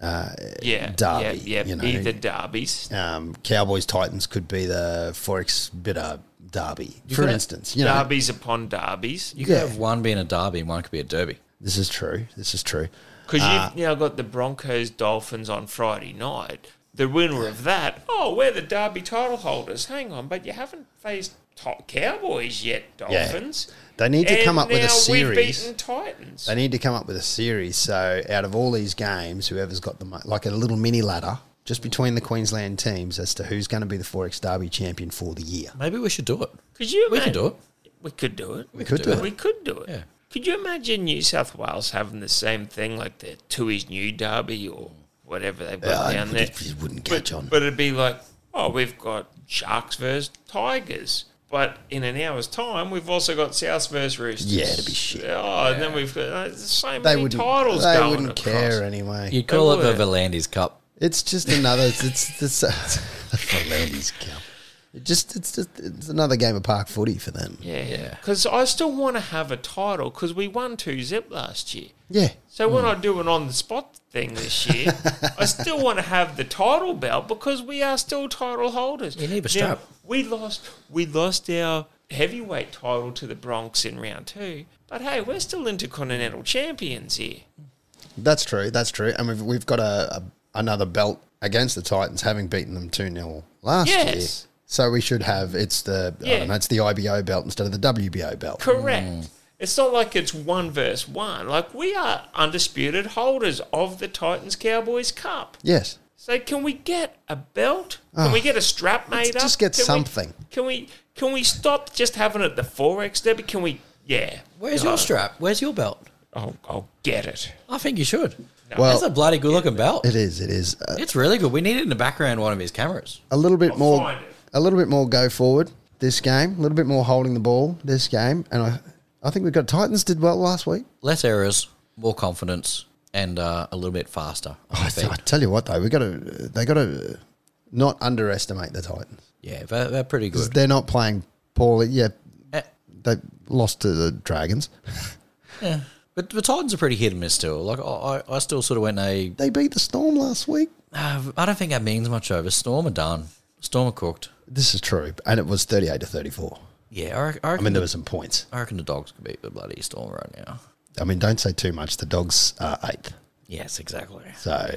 S3: Yeah,
S1: derby,
S3: Yeah, yeah.
S1: you know.
S3: either derbies.
S1: Um, Cowboys Titans could be the Forex Bitter derby, for
S2: could-
S1: instance. You know,
S3: derbies upon derbies.
S2: You could
S1: Yeah.
S2: have one being a derby and one could be a derby.
S1: this is true. This is true.
S3: Because
S1: Ah.
S3: you've now got the Broncos Dolphins on Friday night. The winner of that, oh, we're the Derby title holders. Hang on, but you haven't faced top Cowboys yet, Dolphins.
S1: They need to
S3: And
S1: come up with a
S3: now We've
S1: series.
S3: beaten Titans.
S1: They need to come up with a series. So out of all these games, whoever's got the mo- like a little mini ladder just between the Queensland teams as to who's going to be the Forex Derby champion for the year.
S2: Maybe we should do it.
S3: Could you?
S2: We can
S3: imagine-
S2: do it.
S3: We could do it. We
S1: could do it.
S3: We could do it.
S2: Yeah.
S3: Could you imagine New South Wales having the same thing, like the Tui's New Derby or whatever they've got
S1: I
S3: down there?
S1: wouldn't, it wouldn't catch on.
S3: But it'd be like, oh, we've got sharks versus tigers. But in an hour's time, we've also got south versus roosters.
S1: Yeah, it'd be shit.
S3: Oh, and then we've got uh, so
S1: they
S3: many
S1: wouldn't.
S3: titles
S1: They
S3: going
S1: wouldn't
S3: across.
S1: care anyway.
S2: You'd call it
S3: would.
S2: the Valandis Cup.
S1: It's just another. It's, it's this.
S3: <laughs>
S1: the ladies' cup. It just it's just it's another game of park footy for them.
S3: Yeah,
S2: Yeah.
S3: because I still want to have a title because we won two zip last year.
S1: Yeah.
S3: So
S2: Hmm.
S3: when I do an on the spot thing this year,
S2: <laughs>
S3: I still want to have the title belt because we are still title holders.
S2: You need a
S3: Now,
S2: strap.
S3: we lost we lost our heavyweight title to the Bronx in round two, but hey, we're still intercontinental champions here.
S1: That's true. That's true. And we've we've got a, a another belt against the Titans, having beaten them two 0 last
S3: Yes.
S1: year. So we should have it's the I
S3: Yeah.
S1: don't know, it's the IBO belt instead of the WBO belt.
S3: Correct.
S2: Hmm.
S3: It's not like it's one versus one. Like we are undisputed holders of the Titans Cowboys Cup.
S1: Yes.
S3: So can we get a belt? Can we get a strap made up?
S1: Ah, just get
S3: Can we-
S1: something.
S3: can we can we stop just having it the forex derby? Can we? Yeah.
S2: Where's
S3: No.
S2: your strap? Where's your belt?
S3: I'll, I'll get it.
S2: I think you should.
S1: Well,
S2: That's a bloody good looking belt.
S1: it is. It is a,
S2: It's really good. We need it in the background of one of his cameras.
S1: a little bit more.
S3: find it.
S1: A little bit more go forward this game. A little bit more holding the ball this game. And I I think we got Titans did well last week.
S2: Less errors, more confidence, and uh, a little bit faster. on
S1: I,
S2: the feet.
S1: tell you what, though, we got to they got to not underestimate the Titans.
S2: Yeah, they're, they're pretty good.
S1: They're not playing poorly. Yeah,
S2: Eh,
S1: they lost to the Dragons.
S2: But the Titans are pretty hit and miss still. Like I, I I still sort of went a.
S1: They beat the Storm last week.
S2: Uh, I don't think that means much over. Storm are done. Storm are cooked.
S1: This is true, and it was thirty-eight to thirty-four.
S2: Yeah, I, rec- I
S1: I
S2: reckon.
S1: mean, there were some points.
S2: I reckon the dogs could beat the bloody Storm right now.
S1: I mean, don't say too much. The Dogs are eighth,
S2: Yes, exactly.
S1: so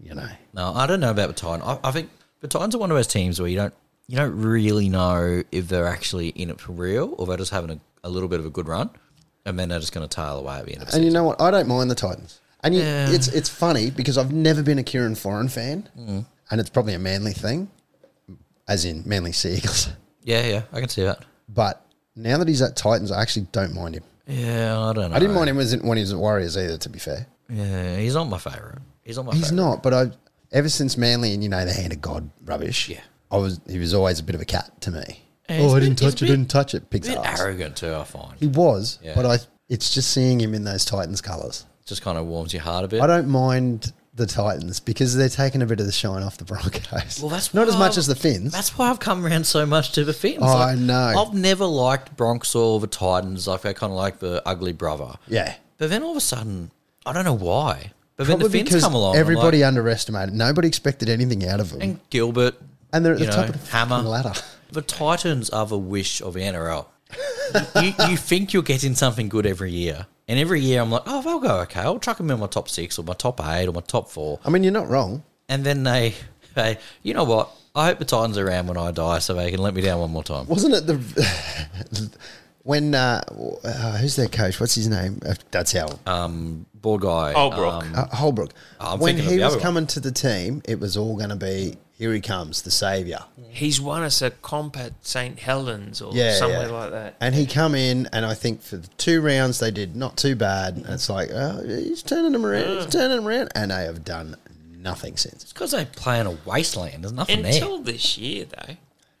S1: you know.
S2: No, I don't know about the Titans. I, I think the Titans are one of those teams where you don't you don't really know if they're actually in it for real or they're just having a, a little bit of a good run, and then they're just going to tail away at the end of the
S1: And
S2: season.
S1: you know what? I don't mind the Titans. And you,
S2: Yeah.
S1: it's it's funny because I've never been a Kieran Foran fan, and it's probably a Manly thing, as in Manly Seagulls.
S2: Yeah, yeah, I can see that.
S1: But now that he's at Titans, I actually don't mind him.
S2: Yeah, I don't know.
S1: I didn't mind him as- when he was at Warriors either. To be fair,
S2: Yeah, he's not my favorite. He's not my.
S1: he's
S2: favorite.
S1: not. But I, ever since Manly and you know the hand of God rubbish,
S2: Yeah.
S1: I was. He was always a bit of a cat to me.
S2: Yeah, he's
S1: oh, I didn't
S2: a bit- he's
S1: touch
S2: a
S1: it.
S2: bit-
S1: Didn't touch it. Pigs
S2: He's a bit
S1: ass.
S2: arrogant too. I find
S1: He
S2: it
S1: was,
S2: Yeah.
S1: but I. It's just seeing him in those Titans colours.
S2: just kind of warms your heart a bit.
S1: I don't mind the Titans because they're taking a bit of the shine off the Broncos.
S2: Well, that's
S1: not as
S2: why
S1: much
S2: I-
S1: as the Finns.
S2: That's why I've come around so much to the Finns.
S1: Oh,
S2: Like,
S1: I know.
S2: I've never liked Bronx or the Titans. Like they're kind of like the ugly brother.
S1: yeah.
S2: But then all of a sudden, I don't know why. But
S1: Probably
S2: then the Finns
S1: because
S2: come along. I'm
S1: everybody
S2: like,
S1: underestimated. Nobody expected anything out of them, and,
S2: and Gilbert
S1: they're at the
S2: you
S1: top
S2: know,
S1: of the
S2: Hammer.
S1: fucking ladder.
S2: The Titans are the wish of the NRL. you, you think you're getting something good every year. And every year I'm like, oh, they'll go okay. I'll chuck them in my top six or my top eight or my top four.
S1: I mean, you're not wrong.
S2: And then they, they you know what? I hope the Titans are around when I die so they can let me down one more time.
S1: Wasn't it the <sighs> when uh, uh, who's their coach? What's his name? Uh, that's how
S2: Um, Ball guy.
S3: Holbrook.
S2: Um,
S1: uh, Holbrook.
S2: I'm
S1: when
S2: thinking of
S1: he
S2: the
S1: was
S2: other one.
S1: coming to the team, it was all going to be here he comes, the savior.
S3: He's won us a comp at St Helens or
S1: Yeah, yeah.
S3: somewhere like that.
S1: And he come in, and I think for the two rounds they did not too bad. And it's like oh, he's turning them around,
S3: Mm.
S1: he's turning them around, and they have done nothing since.
S2: it's because they play in a wasteland. There's nothing
S3: Until
S2: there.
S3: this year, though,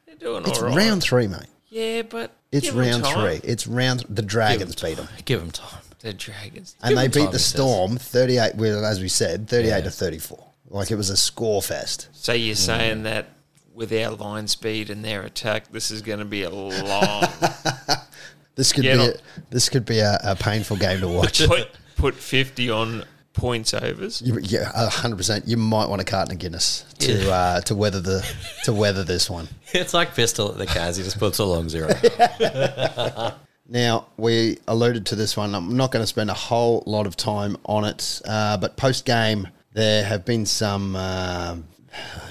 S3: they're doing
S1: It's
S3: all right.
S1: round three, mate.
S3: yeah, but
S1: It's
S3: give 'em
S1: round
S3: time.
S1: three. It's round. The Dragons beat them,
S2: Give them time. <laughs>
S3: The Dragons.
S1: and they
S2: them time,
S1: beat the
S2: he says.
S1: Storm thirty-eight. Well, as we said, thirty-eight
S2: Yeah.
S1: to thirty-four. Like it was a score fest.
S3: So you're saying that with our line speed and their attack, this is going to be a long
S1: <laughs> This could
S3: Yeah,
S1: be
S3: not-
S1: a, this could be a, a painful game to
S2: <laughs>
S1: watch.
S3: put put fifty on points overs.
S1: You, yeah, hundred percent. You might want a carton of Guinness to uh, to weather the to weather this one.
S2: It's like pistol at the cars. He just puts along zero.
S1: Now we alluded to this one. I'm not going to spend a whole lot of time on it, uh, but post game there have been some uh,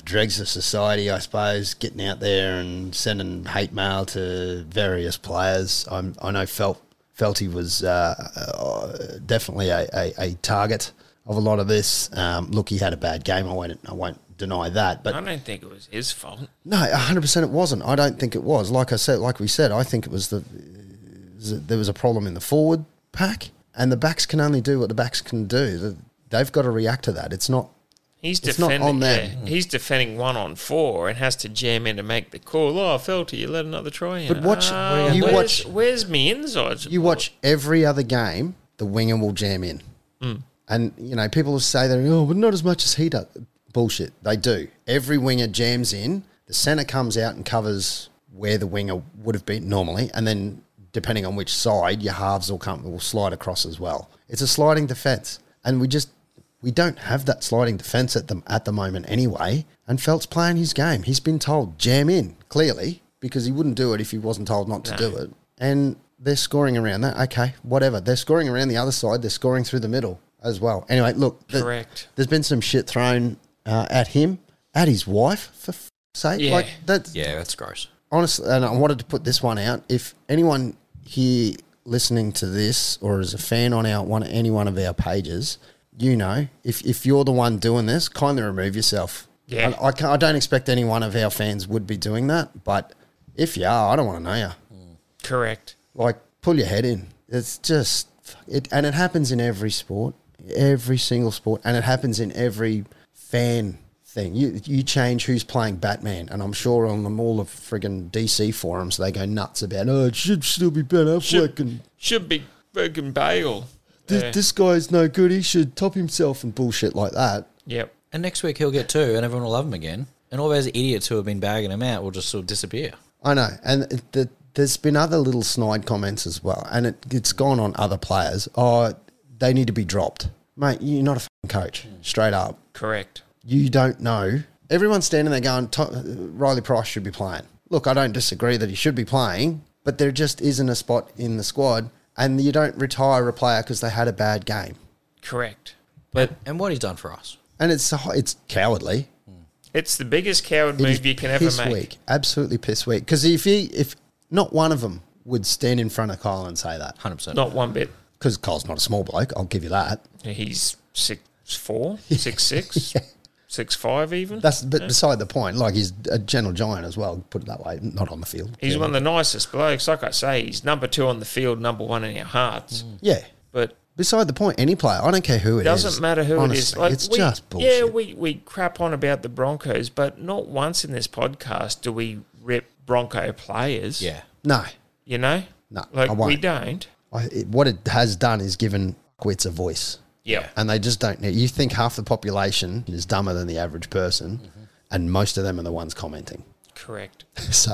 S1: dregs of society, I suppose, getting out there and sending hate mail to various players. I'm, I know Felt Felty was uh, uh, definitely a, a, a target of a lot of this. Um, look, he had a bad game. I won't I won't deny that, but
S3: I don't think it was his fault.
S1: no, hundred percent, it wasn't. I don't think it was. Like I said, like we said, I think it was the there was a problem in the forward pack, and the backs can only do what the backs can do. The- They've got to react to that. It's not.
S3: He's
S1: It's not
S3: defending.
S1: on them.
S3: yeah, he's defending one on four and has to jam in to make the call. Oh, Felty, you let another try in.
S1: But watch-
S3: Ah,
S1: you
S3: where's,
S1: watch-
S3: Where's me inside?
S1: You watch every other game, the winger will jam in, and you know people will say that oh, but not as much as he does. Bullshit. They do. Every winger jams in. The centre comes out and covers where the winger would have been normally, and then depending on which side, your halves will come will slide across as well. It's a sliding defence, and we just we don't have that sliding defence at the at the moment anyway. And Felt's playing his game. He's been told jam in clearly because he wouldn't do it if he wasn't told not to do it. And they're scoring around that. Okay, whatever. They're scoring around the other side. They're scoring through the middle as well. Anyway, look, the-
S3: Correct.
S1: There's been some shit thrown uh, at him, at his wife for f- sake.
S3: Yeah.
S1: Like that
S2: yeah, that's gross.
S1: honestly, and I wanted to put this one out. If anyone here listening to this or is a fan on our one any one of our pages, you know, if if you're the one doing this, kindly remove yourself.
S3: Yeah.
S1: I, I, can't, I don't expect any one of our fans would be doing that, but if you are, I don't want to know you.
S3: Correct.
S1: Like, pull your head in. It's just it, and it happens in every sport, every single sport, and it happens in every fan thing. You you change who's playing Batman, and I'm sure on them all the friggin' DC forums they go nuts about. Oh, it should still be Ben Affleck, and
S3: Should be Bergen Bale.
S1: this,
S3: Yeah.
S1: this guy's no good. He should top himself and bullshit like that.
S3: Yep.
S2: And next week he'll get two, and everyone will love him again. And all those idiots who have been bagging him out will just sort of disappear.
S1: I know, and the, there's been other little snide comments as well, and it, it's gone on other players. Oh, they need to be dropped, mate. You're not a fucking coach,
S3: Mm.
S1: straight up.
S3: Correct.
S1: You don't know. Everyone's standing there going, "To- Riley Price should be playing. Look, I don't disagree that he should be playing, but there just isn't a spot in the squad, and you don't retire a player because they had a bad game,
S3: Correct.
S2: But and what he's done for us.
S1: and it's it's cowardly.
S3: It's the biggest coward
S1: It is
S3: move you can ever
S1: piss
S3: make.
S1: Weak. Absolutely piss weak. Because if he, if not one of them would stand in front of Kyle and say that,
S2: Hundred percent.
S3: Not one bit.
S1: because Kyle's not a small bloke, I'll give you that.
S3: He's six
S1: <laughs>
S3: four, six six, six five even.
S1: That's but beside the point. Like he's a general giant as well. Put it that way. Not on the field.
S3: He's
S1: yeah.
S3: one of the nicest blokes. Like I say, he's number two on the field, number one in our hearts.
S1: Yeah.
S3: But
S1: Beside the point, any player. I don't care who it is.
S3: doesn't matter who it is.
S1: Honestly,
S3: Like
S1: it's
S3: we,
S1: just bullshit.
S3: Yeah, we, we crap on about the Broncos, but not once in this podcast do we rip Bronco players.
S2: Yeah.
S1: no.
S3: You know?
S1: No,
S3: Like
S1: I won't.
S3: we don't.
S1: I, it, what it has done is given quits a voice.
S3: Yeah.
S1: And they just don't know. You think half the population is dumber than the average person,
S3: Mm-hmm.
S1: and most of them are the ones commenting.
S3: <laughs>
S1: <laughs>
S3: Correct.
S1: So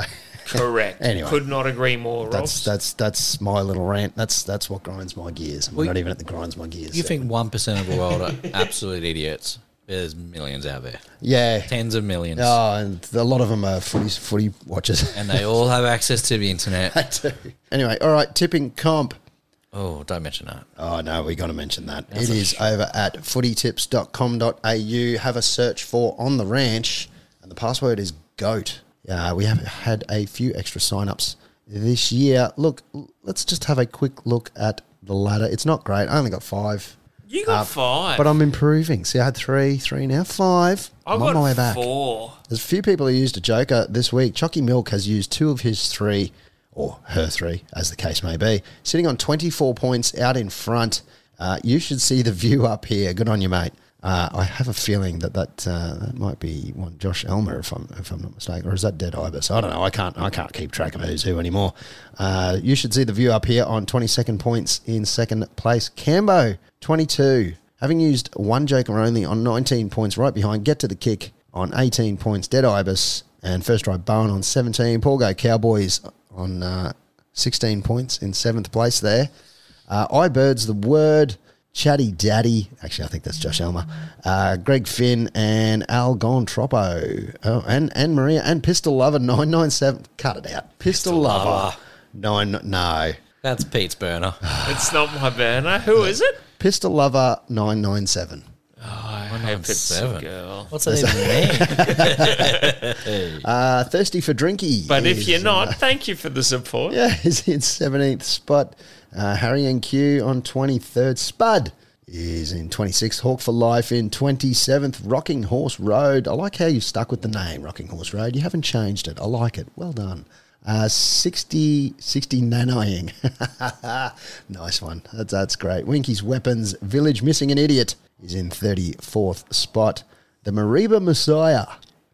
S1: <laughs>
S3: Correct.
S1: Anyway.
S3: Could not agree more, Rob.
S1: that's that's that's my little rant. That's that's what grinds my gears. And We're
S2: Well,
S1: not even at the grinds my gears.
S2: You think one percent of the world <laughs> are absolute idiots? There's millions out there,
S1: yeah.
S2: tens of millions,
S1: Oh, and a lot of them are footy, footy watchers. <laughs>
S2: and they all have access to the internet. <laughs>
S1: They do. Anyway, all right, tipping comp.
S2: Oh, don't mention that.
S1: Oh, no, we got to mention that. it is over at footytips.com.au. Have a search for On the Ranch, and the password is goat. Yeah, we have had a few extra sign-ups this year. Look, l- let's just have a quick look at the ladder. It's not great. I only got five,
S3: You got
S1: Uh,
S3: five.
S1: but I'm improving. See, I had three, three now, five.
S3: I
S1: I'm on my way
S3: got
S1: back.
S3: four.
S1: There's a few people who used a joker this week. Chucky Milk has used two of his three, or her three, as the case may be, sitting on 24 points out in front. Uh, you should see the view up here. Good on you, mate. Uh, I have a feeling that that, uh, that might be one Josh Elmer, if I'm if I'm not mistaken, or is that Dead Ibis? I don't know. I can't I can't keep track of who's who anymore. Uh, you should see the view up here on 22nd points in second place. Cambo 22, having used one joker only on 19 points, right behind. Get to the kick on 18 points, Dead Ibis, and First Drive Bowen on 17. Paul Go Cowboys on uh, 16 points in seventh place there. Uh, iBird's the word. Chatty Daddy, actually, I think that's Josh Elmer. Uh, Greg Finn and Al Gontropo. Oh, and, and Maria and Pistol Lover 997. Cut it out. Pistol, Lover. Nine, no.
S2: That's Pete's <laughs> burner.
S3: It's not my burner. Who is it?
S1: Pistol Lover 997.
S3: I hope it's
S2: seven.
S3: a girl.
S2: What's that <laughs> even mean?
S1: Uh, Thirsty for Drinky.
S3: But if
S1: is,
S3: you're not, thank you for the support.
S1: <laughs> Yeah, he's in 17th spot. Uh, Harry and Q on 23rd. Spud is in 26th. Hawk for Life in 27th. Rocking Horse Road. I like how you've stuck with the name, Rocking Horse Road. You haven't changed it. I like it. Well done. Uh, 60, 60 nanoing. <laughs> nice one. That's, that's great. Winky's Weapons Village Missing an Idiot is in 34th spot. The Mariba Messiah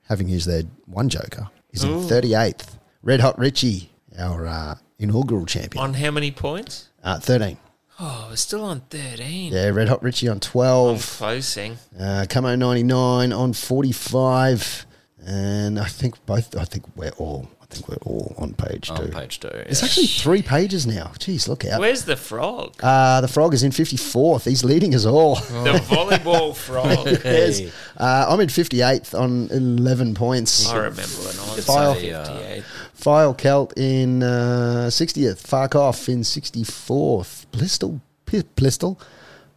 S1: having used their one joker, is in 38th. Red Hot Richie, our uh, inaugural champion,
S3: On how many points?
S1: uh, 13.
S3: Oh, we're still on 13.
S1: Yeah, Red Hot Richie on
S3: I'm
S1: 12.
S3: closing.
S1: Uh, Camo 99 on 45. And I think both, I think we're all, I think we're all on page two.
S2: On page two.
S1: It's
S2: yeah.
S1: actually three pages now. Jeez, look out.
S3: Where's the frog?
S1: Uh, the frog is in 54th. He's leading us all.
S3: The volleyball frog.
S1: <laughs> Yes.
S2: Hey.
S1: Uh, I'm in 58th on 11 points.
S3: I remember when I was
S1: File.
S2: Say, uh,
S3: 58.
S1: File Celt in uh, 60th. Farkoff in 64th. Plistle, P- Plistle,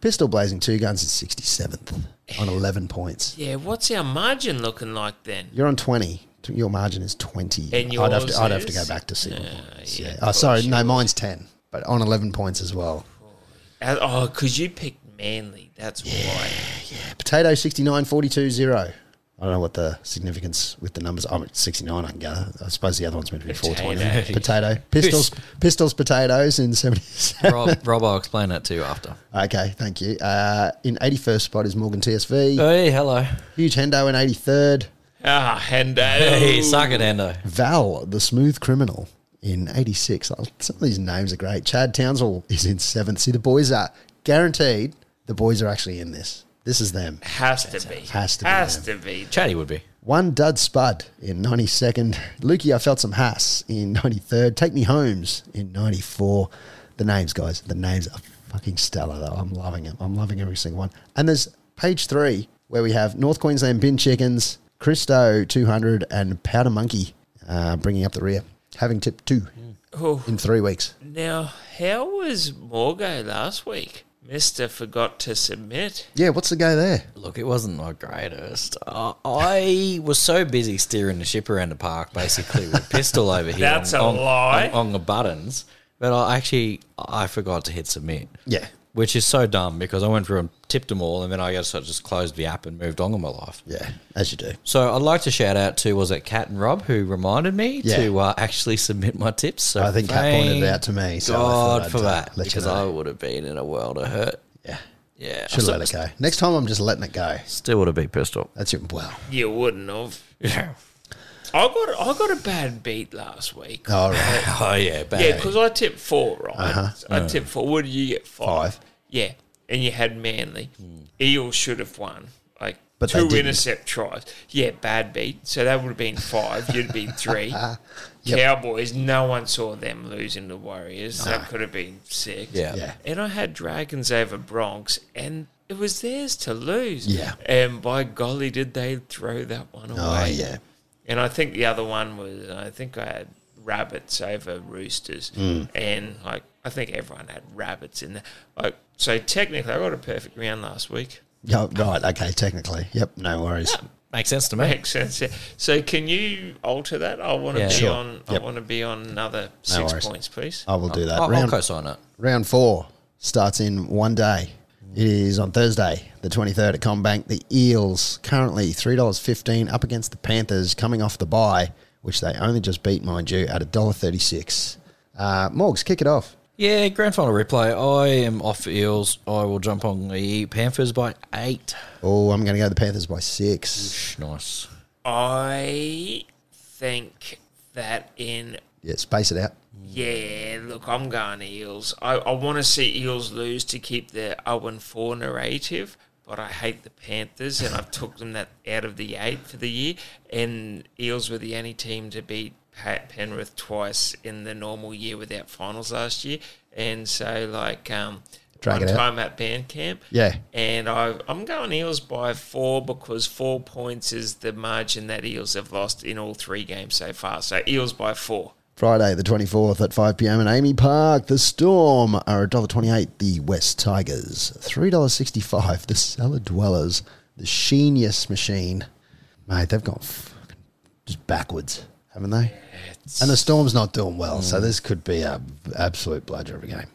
S1: Pistol Blazing Two Guns in 67th on 11 points.
S3: Yeah, what's our margin looking like then?
S1: You're on 20. T- Your margin is 20.
S3: And
S1: I'd have
S3: yours
S1: to, I'd have to
S3: is?
S1: go back to see what points.
S3: yeah,
S1: Yeah. Oh, sorry. No, mine's 10, but on 11 points as well.
S3: Uh, Oh, because you picked Manly. That's why.
S1: Yeah, Potato 69, 42, 0. I don't know what the significance with the numbers. I'm at 69, I can gather. I suppose the other one's meant to be 420. Potato.
S3: <laughs>
S1: Pistols, pistols, potatoes in 77.
S2: Rob, Rob, I'll explain that to you after.
S1: Okay, thank you. Uh, in 81st spot is Morgan TSV.
S2: Hey, hello.
S1: Huge Hendo in 83rd.
S3: Ah, Hendo.
S2: Hey, suck it, Endo.
S1: Val, the smooth criminal, in 86. Oh, Some of these names are great. Chad Townsville is in 7th. See, the boys are guaranteed the boys are actually in this. This is them.
S3: Has to be.
S1: Has to be
S3: Has to be.
S2: Chatty would be.
S1: One Dud Spud in 92nd. Lukey, I felt some Hass in 93rd. Take Me Homes in 94. The names, guys, the names are fucking stellar, though. I'm loving them. I'm loving every single one. And there's page three where we have North Queensland Bin Chickens, Christo 200, and Powder Monkey uh, bringing up the rear, having tipped two
S3: Oh,
S1: in three weeks.
S3: now, how was Morgo last week? Mister forgot to submit.
S1: Yeah, what's the go there?
S2: Look, it wasn't my greatest. Uh, I was so busy steering the ship around the park, basically with a pistol over here.
S3: That's a lie.
S2: On, on the buttons, but I actually I forgot to hit submit.
S1: Yeah.
S2: which is so dumb because I went through and tipped them all, and then I guess I just closed the app and moved on with my life.
S1: Yeah, as you do.
S2: So I'd like to shout out to was it Cat and Rob who reminded me
S1: Yeah.
S2: to uh, actually submit my tips. So
S1: I think Kat pointed it out to me, so I thought
S2: God
S1: I'd,
S2: for
S1: uh, let
S2: that
S1: you
S2: because I
S1: know.
S2: would have been in a world of hurt.
S1: Yeah.
S2: Yeah,
S1: Should
S2: So-
S1: let it go. Next time, I'm just letting it go.
S2: Still would have been pissed off.
S1: That's it. Wow.
S3: You wouldn't have. I got I got a bad beat last week.
S1: All right.
S2: <laughs> Oh yeah, bad.
S3: Yeah, because I tipped four, right? So I tipped four. What did you get? Five.
S1: Uh-huh. Mm. Five. Mm.
S3: Yeah, and you had Manly. Eels should have won. Like
S1: But they
S3: two
S1: didn't.
S3: intercept tries. Yeah, bad beat. So that would have been five.
S1: <laughs>
S3: You'd have been three. Cowboys. No one saw them losing the Warriors. That could have been six.
S2: Yeah.
S1: Yeah.
S3: And I had Dragons over Bronx, and it was theirs to lose.
S1: Yeah.
S3: And by golly, did they throw that one away?
S1: Oh, yeah.
S3: And I think the other one was I think I had rabbits over roosters, and like I think everyone had rabbits in there. Like so, technically, I got a perfect round last week.
S1: Yeah, right. Okay, technically. Yep, no worries.
S2: Makes sense to me.
S3: Makes sense. Yeah. So can you alter that? I want to
S2: Yeah.
S3: be
S2: Sure.
S3: on.
S1: Yep.
S3: I want to be on another six
S1: worries.
S3: points, please.
S2: Uh,
S1: I will do that.
S2: I'll, I'll
S1: round,
S2: co-sign it.
S1: round four starts in one day. It is on Thursday, the 23rd at Combank. The Eels currently $3.15 up against the Panthers coming off the bye, which they only just beat, mind you, at $1.36. Uh, Morgs, kick it off.
S2: Yeah, grand final replay. I am off for Eels. I will jump on the Panthers by eight.
S1: Oh, I'm going to go the Panthers by six.
S2: Shh, Nice.
S3: I think that in
S1: Yeah, space it out.
S3: yeah. Look, I'm going Eels. I, I want to see Eels lose to keep their zero and four narrative. But I hate the Panthers, and I've took them that out of the eight for the year. And Eels were the only team to beat Pat Penrith twice in the normal year without finals last year. And so, like, um,
S1: Drag
S3: one
S1: it out.
S3: time at band camp,
S1: Yeah.
S3: and I, I'm going Eels by four because four points is the margin that Eels have lost in all three games so far. So Eels by four.
S1: Friday, the 24th at 5 pm in Amy Park. The Storm are $1.28. The West Tigers, $3.65. The Cellar Dwellers, the Genius Machine. Mate, they've gone f- just backwards, haven't they? And the Storm's not doing well, so this could be a absolute bludger of a game.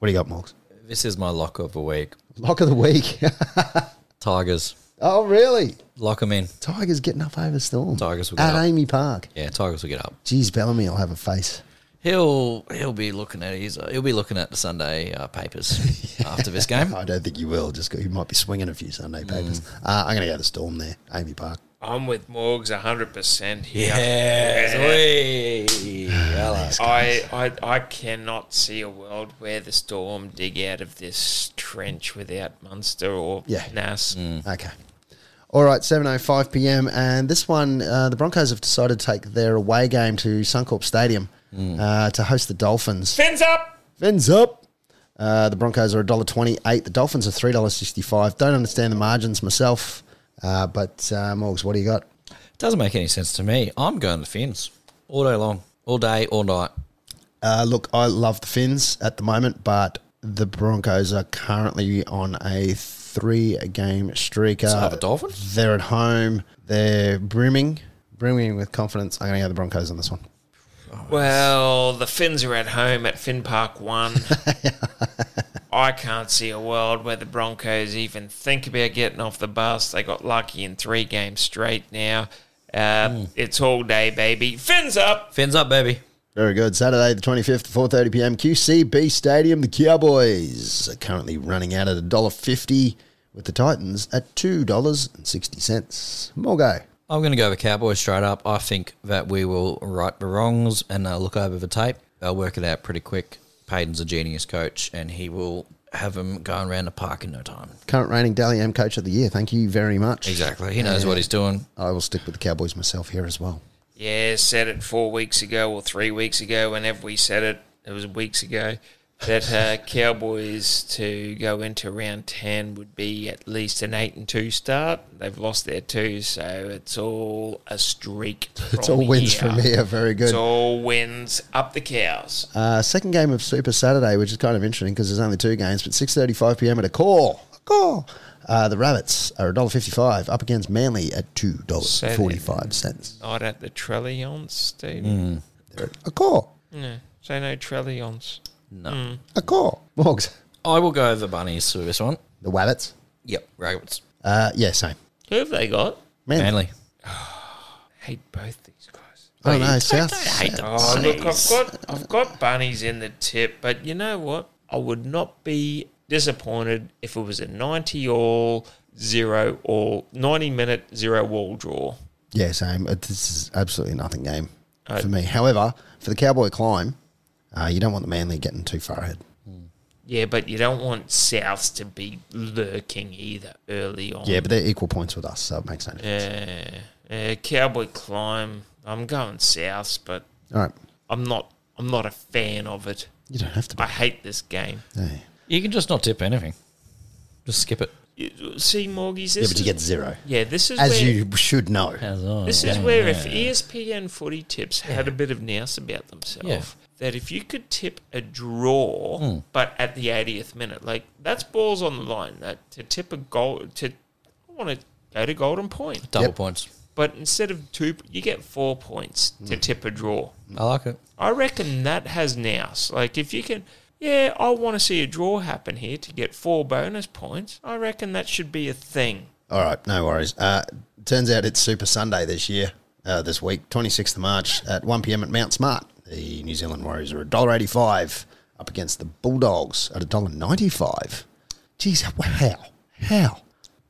S1: What do you got, Morgs?
S2: This is my lock of the week.
S1: Lock of the week. <laughs>
S2: Tigers.
S1: oh, really?
S2: Lock them in.
S1: Tigers getting up over Storm.
S2: Tigers will get
S1: at
S2: up.
S1: Amy Park.
S2: Yeah, Tigers will get up.
S1: Geez, Bellamy will have a face.
S2: He'll he'll be looking at his he'll be looking at the Sunday
S1: <laughs>
S2: uh, papers after this game.
S1: I don't think you will. Just 'cause you might be swinging a few Sunday papers. Uh, I'm going to go to Storm there, Amy Park.
S3: I'm with Morgs 100% here.
S2: Yes, wee. Hello.
S3: I, I, I cannot see a world where the Storm dig out of this trench without Munster or
S1: Yeah. Mm.
S3: Nas.
S1: Okay. All right, 7.05 p.m. And this one, uh, the Broncos have decided to take their away game to Suncorp Stadium uh, to host the Dolphins.
S3: Fins up!
S1: Fins up. Uh, the Broncos are $1.28. The Dolphins are $3.65. Don't understand the margins myself. Uh, but, uh, Morgs, what do you got?
S2: Doesn't make any sense to me. I'm going to Finns all day long, all day, all night.
S1: Uh, look, I love the Finns at the moment, but the Broncos are currently on a three game streak.
S2: So
S1: Uh,
S2: the Dolphins.
S1: They're at home. They're brimming, brimming with confidence. I'm going to go the Broncos on this one.
S3: Well, the Finns are at home at Finn Park 1. I can't see a world where the Broncos even think about getting off the bus. They got lucky in three games straight now. Uh, It's all day, baby. Fins up!
S2: Fins up, baby.
S1: Very good. Saturday, the 25th, 4.30 p.m., QCB Stadium. The Cowboys are currently running out at $1.50 with the Titans at $2.60. Morgo.
S2: I'm going to go with Cowboys straight up. I think that we will right the wrongs and uh, look over the tape. They'll work it out pretty quick. Payton's a genius coach, and he will have them going around the park in no time.
S1: Current reigning Daly M Coach of the Year. Thank you very much.
S2: Exactly. He knows what he's doing.
S1: I will stick with the Cowboys myself here as well.
S3: Yeah, said it four weeks ago or three weeks ago, whenever we said it, it was weeks ago, that uh, Cowboys to go into round 10 would be at least an 8 and 2 start. They've lost their two, so it's all a streak.
S1: <laughs> It's all wins
S3: here.
S1: from here. Very good.
S3: It's all wins up the cows.
S1: Uh, second game of Super Saturday, which is kind of interesting because there's only two games, but 6.35 p.m. at a call. A call. Uh, the Rabbits are $1.55 up against Manly at $2.45.
S3: Not at the Trellions, Stephen.
S1: They're at A call.
S3: No, so no Trellions.
S2: No.
S1: A call. Morgs.
S2: I will go the bunnies for this one.
S1: The Wabbits.
S2: Yep. Rabbits.
S1: Uh, yeah, same.
S3: Who have they got?
S1: Manly.
S2: Manly.
S3: Hate both these guys.
S1: I don't know. South.
S3: Oh, look, I've got I've got bunnies in the tip, but you know what? I would not be disappointed if it was a ninety all zero all ninety minute zero wall draw.
S1: Yeah, same. Uh, This is absolutely nothing game for me. However, for the Cowboy climb, uh, you don't want the Manly getting too far ahead.
S3: Yeah, but you don't want Souths to be lurking either early on.
S1: Yeah, but they're equal points with us, so it makes no difference.
S3: Oh. Yeah, yeah, Cowboy climb. I'm going Souths, but
S1: All right.
S3: I'm not. I'm not a fan of it.
S1: You don't have to be.
S3: I hate this game.
S1: Yeah.
S2: You can just not tip anything. Just skip it.
S3: You- See, Morgies. This
S1: Yeah, but you
S3: is,
S1: get zero,
S3: yeah, this is
S1: as
S3: where,
S1: you should know.
S3: This is where if E ESPN footy tips had a bit of nous about themselves,
S2: Yeah.
S3: that if you could tip a draw, but at the 80th minute, like that's balls on the line. That to tip a goal, to I want to go to Golden Point.
S2: Double
S1: Yep.
S2: points.
S3: But instead of two, you get four points to tip a draw.
S2: I like it.
S3: I reckon that has nouse. Like if you can, yeah, I want to see a draw happen here to get four bonus points. I reckon that should be a thing.
S1: All right, no worries. Uh, turns out it's Super Sunday this year, uh, this week, 26th of March at 1 p.m. at Mount Smart. The New Zealand Warriors are $1.85 up against the Bulldogs at $1.95. Jeez, how? How?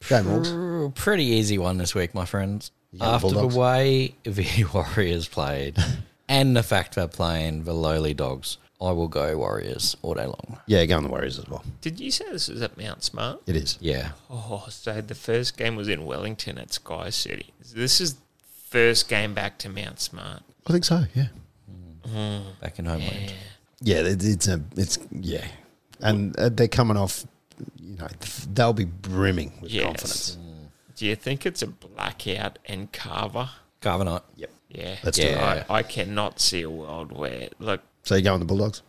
S1: Go, Morgs.
S2: Ooh, Pretty easy one this week, my friends.
S1: the
S2: After the
S1: Bulldogs.
S2: way <laughs> the Warriors <laughs> played and the fact they're playing the lowly dogs, I will go Warriors all day long.
S1: Yeah, go on the Warriors as well.
S3: Did you say this was at Mount Smart?
S1: It is.
S2: Yeah.
S3: Oh, so the first game was in Wellington at Sky City. This is first game back to Mount Smart.
S1: I think so, yeah.
S2: Back in homeland.
S1: Yeah, it, it's a, it's, yeah. And uh, they're coming off, you know, they'll be brimming with
S3: Yes.
S1: confidence.
S3: Do you think it's a blackout and Carver?
S2: Carver night.
S1: Yep.
S3: Yeah,
S1: Let's do
S2: it. Yeah.
S3: I, I cannot see a world where look.
S1: So you go on the Bulldogs?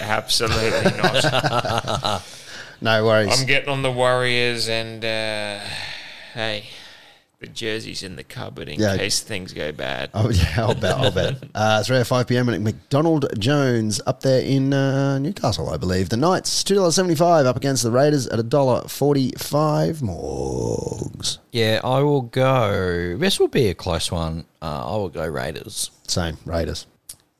S3: Absolutely not.
S1: <laughs> No worries.
S3: I'm getting on the Warriors, and uh, hey, the jersey's in the cupboard in
S1: Yeah.
S3: case things go bad.
S1: Oh <laughs> yeah, I'll bet. I'll bet. Uh, Three or five p.m. at McDonald Jones up there in uh, Newcastle, I believe. The Knights two dollars seventy five up against the Raiders at a dollar forty five. Morgs.
S2: Yeah, I will go. This will be a close one. Uh, I will go Raiders.
S1: Same Raiders.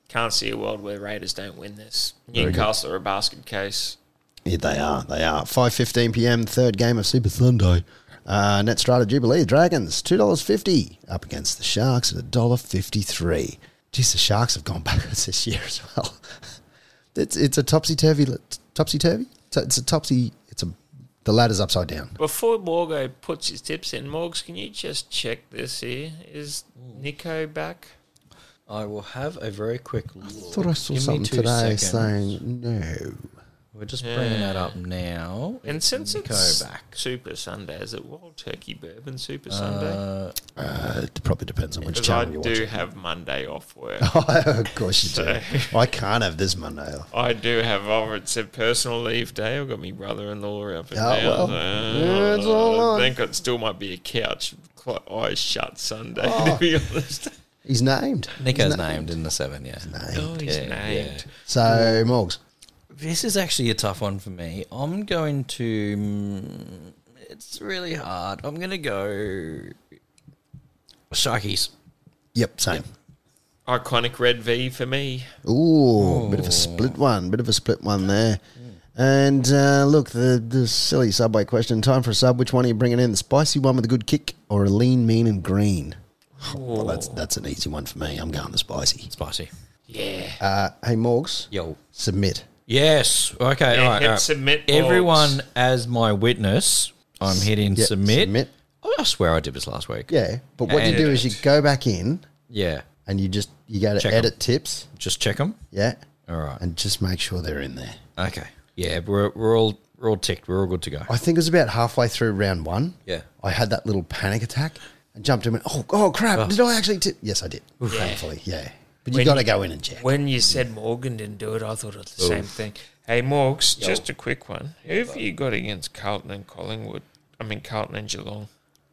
S3: Can't see a world where Raiders don't win this. Newcastle are a basket case.
S1: Yeah, they are. They are. Five fifteen p.m. Third game of Super Sunday. Uh, Net Strata Jubilee Dragons two dollars fifty up against the Sharks at a dollar fifty three. Geez, the Sharks have gone <laughs> backwards this year as well. It's it's a topsy turvy topsy turvy. It's a topsy. It's a the ladder's upside down.
S3: Before Morgo puts his tips in, Morgs, can you just check this here? Is Nico back?
S2: I will have a very quick look.
S1: thought I saw
S2: Give me
S1: something
S2: two
S1: today
S2: seconds.
S1: saying no.
S2: We're just bringing that up now.
S3: And since
S2: Nico
S3: it's
S2: back.
S3: Super Sunday, is it Wild Turkey Bourbon Super Sunday?
S2: Uh,
S1: Uh, it probably depends on which
S3: Because I
S1: channel you Oh.
S3: do
S1: watch.
S3: have Monday off work.
S1: <laughs> of course you
S2: <laughs>
S1: do. I can't have this Monday off.
S3: I do have over. It said personal leave day. I've got my brother-in-law up and
S1: Oh, well.
S3: down.
S1: Yeah, it's all
S3: Uh,
S1: on.
S3: I think it still might be a couch cl- eyes shut Sunday.
S1: Oh.
S3: To
S1: <laughs>
S3: be honest,
S1: He's named.
S2: Nico's named in the seven, yeah.
S3: oh, he's
S2: Yeah,
S3: named.
S2: yeah.
S1: So Morgs.
S2: This is actually a tough one for me. I'm going to. mm, It's really hard. I'm going to go. Sharkies.
S1: Yep, same.
S3: Iconic red V for me.
S2: Oh.
S1: Ooh, bit of a split one. Bit of a split one there. And uh, look, the, the silly subway question. Time for a sub. Which one are you bringing in? The spicy one with a good kick, or a lean, mean, and green?
S2: Oh.
S1: Well, that's that's an easy one for me. I'm going the spicy.
S2: Spicy.
S3: Yeah.
S1: Uh, hey Morgs,
S2: Yo.
S1: submit.
S2: Yes. Okay.
S3: Yeah,
S2: all right.
S3: hit
S2: all right.
S3: submit, Morgs.
S2: Everyone as my witness. I'm hitting
S1: Yeah,
S2: submit.
S1: submit.
S2: Oh, I swear I did this last week.
S1: Yeah, but what you
S2: And-
S1: do is you go back in
S2: Yeah.
S1: and you just you go to
S2: Check 'em.
S1: edit tips,
S2: Just check them.
S1: yeah,
S2: All right.
S1: and just make sure they're in there.
S2: Okay. Yeah. We're, we're all we're all ticked. We're all good to go.
S1: I think it was about halfway through round one.
S2: Yeah.
S1: I had that little panic attack and jumped in. And, oh, oh crap! Did I actually? Tip? Yes, I did. Thankfully, yeah. But you
S3: When
S1: got to
S3: you-
S1: go in and check.
S3: When you said Morgan didn't do it, I thought it was the
S2: Oh.
S3: same thing. Hey, Morgs, just a quick one. Who have you got against Carlton and Collingwood? I mean, Carlton and Geelong.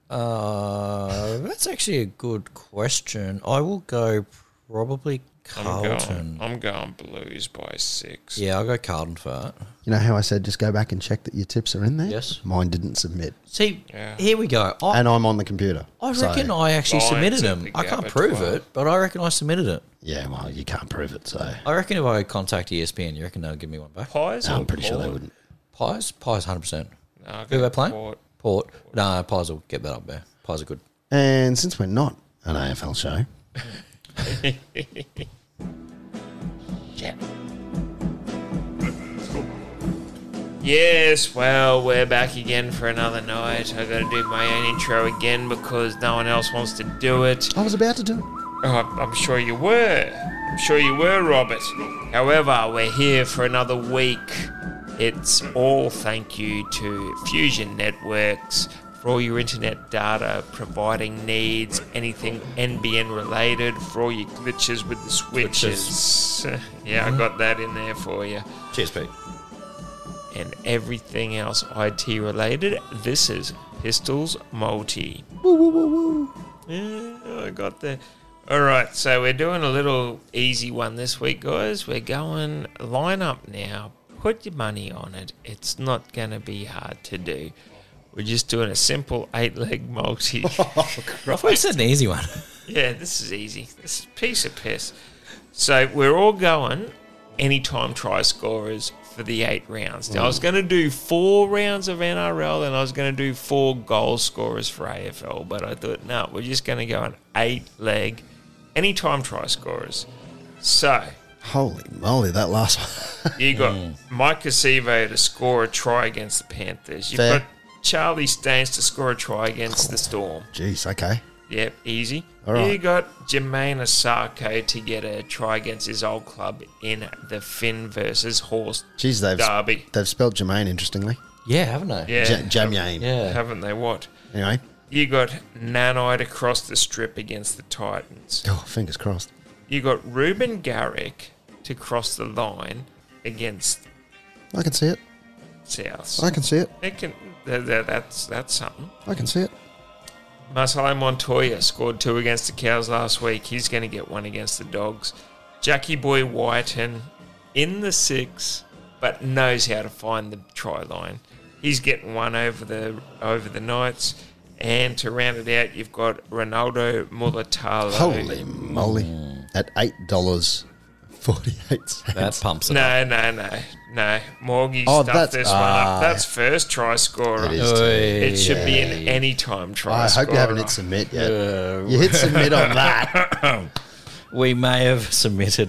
S2: Uh, that's actually a good question. I will go probably
S3: I'm
S2: Carlton.
S3: going. I'm going Blues by six.
S2: Yeah, I'll go Carlton for that.
S1: You know how I said just go back and check that your tips are in there.
S2: Yes.
S1: Mine didn't submit,
S2: See,
S3: Yeah.
S2: here we go. I,
S1: and I'm on the computer.
S2: I
S1: so-
S2: reckon I actually
S3: Lions
S2: submitted
S3: at
S2: them.
S3: the
S2: I
S3: gap
S2: can't
S3: at
S2: prove
S3: 12.
S2: it, but I reckon I submitted it.
S1: yeah, well, you can't prove it, so
S2: I reckon if I contact E ESPN, you reckon they'll give me one back?
S3: Pies.
S1: I'm
S3: or
S1: pretty sure they
S3: Port?
S1: wouldn't.
S2: Pies? Pies 100%.
S3: No, I'll
S2: Who
S3: go
S2: are they playing?
S3: Port.
S2: Port. No, Pies will get that up there. Pies are good.
S1: And since we're not an AFL show,
S3: Yes, well, we're back again for another night. I gotta do my own intro again because no one else wants to do it.
S1: I was about to do it.
S3: Oh, I'm- I'm sure you were. I'm sure you were, Robert. However, we're here for another week. It's all thank you to Fusion Networks for all your internet data providing needs, anything NBN related, for all your glitches with the switches. <laughs> yeah, I got that in there for you
S2: Cheers, Pete.
S3: and everything else IT related. This is Pistols multi. Yeah, I got there. All right, so we're doing a little easy one this week, guys. We're going line up now. Put your money on it. It's not going to be hard to do. We're just doing a simple eight leg multi. <laughs>
S2: I thought you said an easy one. <laughs>
S3: yeah, this is easy. This is a piece of piss. So we're all going anytime try scorers for the eight rounds. Now, I was going to do four rounds of NRL and I was going to do four goal scorers for AFL, but I thought, no, we're just going to go on eight leg anytime try scorers. So
S1: Holy moly, that last one. <laughs>
S3: you got Mike Acevo to score a try against the Panthers. You've
S1: Fair.
S3: got Charlie Staines to score a try against the Storm.
S1: Jeez, okay.
S3: Yep, easy.
S1: All right.
S3: You got Jermaine Asako to get a try against his old club in the Finn versus Horse
S1: Jeez, they've
S3: Derby.
S1: they've spelled Jermaine interestingly.
S2: Yeah, haven't I?
S3: Yeah,
S1: Ja- Jamyane.
S2: Yeah.
S3: haven't they? What?
S1: Anyway,
S3: You got Nanite across the strip against the Titans.
S1: oh, fingers crossed.
S3: You got Ruben Garrick to cross the line against
S1: I can see it.
S3: South.
S1: I can see it.
S3: It can, that, that- that's that's something.
S1: I can see it.
S3: Marcelo Montoya scored two against the Cows last week. He's going to get one against the Dogs. Jackie Boy Whiten in the six, but knows how to find the try line. He's getting one over the over the Knights. And to round it out, you've got Ronaldo Mulatalo.
S1: Holy moly. At $8.48.
S2: That pumps it. up.
S3: No, no, no, no. Morgie
S1: Oh,
S3: stuffed
S1: that's-
S3: this one up.
S1: ah,
S3: That's first try scorer.
S1: It
S3: It,
S1: is.
S2: Oi.
S3: should be an anytime try
S1: I
S3: scorer.
S1: hope you haven't hit submit yet.
S2: Uh,
S1: You hit submit on that.
S2: We may have submitted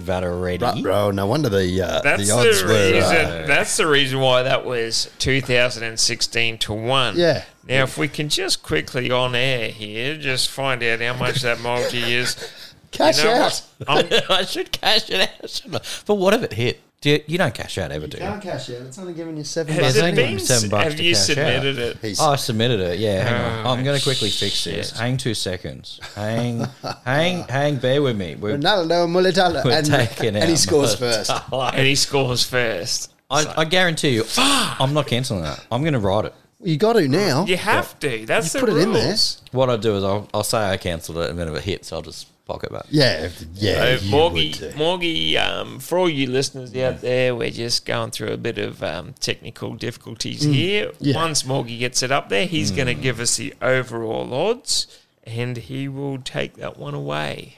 S1: <laughs>
S2: Vatariti.
S1: Right,
S2: <laughs>
S1: bro. No wonder the, uh,
S3: That's
S1: the odds were.
S3: reason.
S1: Uh,
S3: that's the reason why that was 2016 to one.
S1: Yeah.
S3: Now, if we can just quickly on air here, just find out how much that multi is.
S1: <laughs>
S3: You
S1: cash
S3: know
S1: out.
S3: what? I'm-
S2: I should cash it out. shouldn't I? But what if it hit? Do you, you don't cash out ever, do you?
S1: Can't cash out. It's only giving you seven
S3: has
S1: bucks.
S3: it
S2: only
S3: been?
S2: seven
S3: s-
S2: bucks
S3: Have
S2: to
S3: you
S2: cash out.
S3: submitted it?
S1: He's-
S2: Oh, I submitted it. Yeah, hang on.
S3: Oh,
S2: I'm going to quickly fix this.
S3: shit.
S2: Hang two seconds. Hang,
S3: <laughs>
S2: hang, hang. Bear with me. We're,
S1: Ronaldo Mulatalo.
S2: we're
S1: And,
S2: taking out.
S1: and he scores
S2: Mulatalo.
S1: first.
S2: I,
S3: <laughs> And he scores first.
S2: I guarantee you, I'm not cancelling that. I'm going to write it.
S1: You got to now.
S3: You have to. That's the
S1: Put it in there.
S3: rules.
S2: What I do is I'll, I'll say I cancelled it, and then if it hits, I'll just pocket back.
S1: Yeah, if- yeah.
S3: So,
S1: you would
S3: Morgie,
S1: too. Mm.
S3: Morgie um, for all you listeners out there, we're just going through a bit of um, technical difficulties here.
S1: Mm. yeah. Mm.
S3: Once Morgie gets it up there, he's going to give us the overall odds and he will take that one away.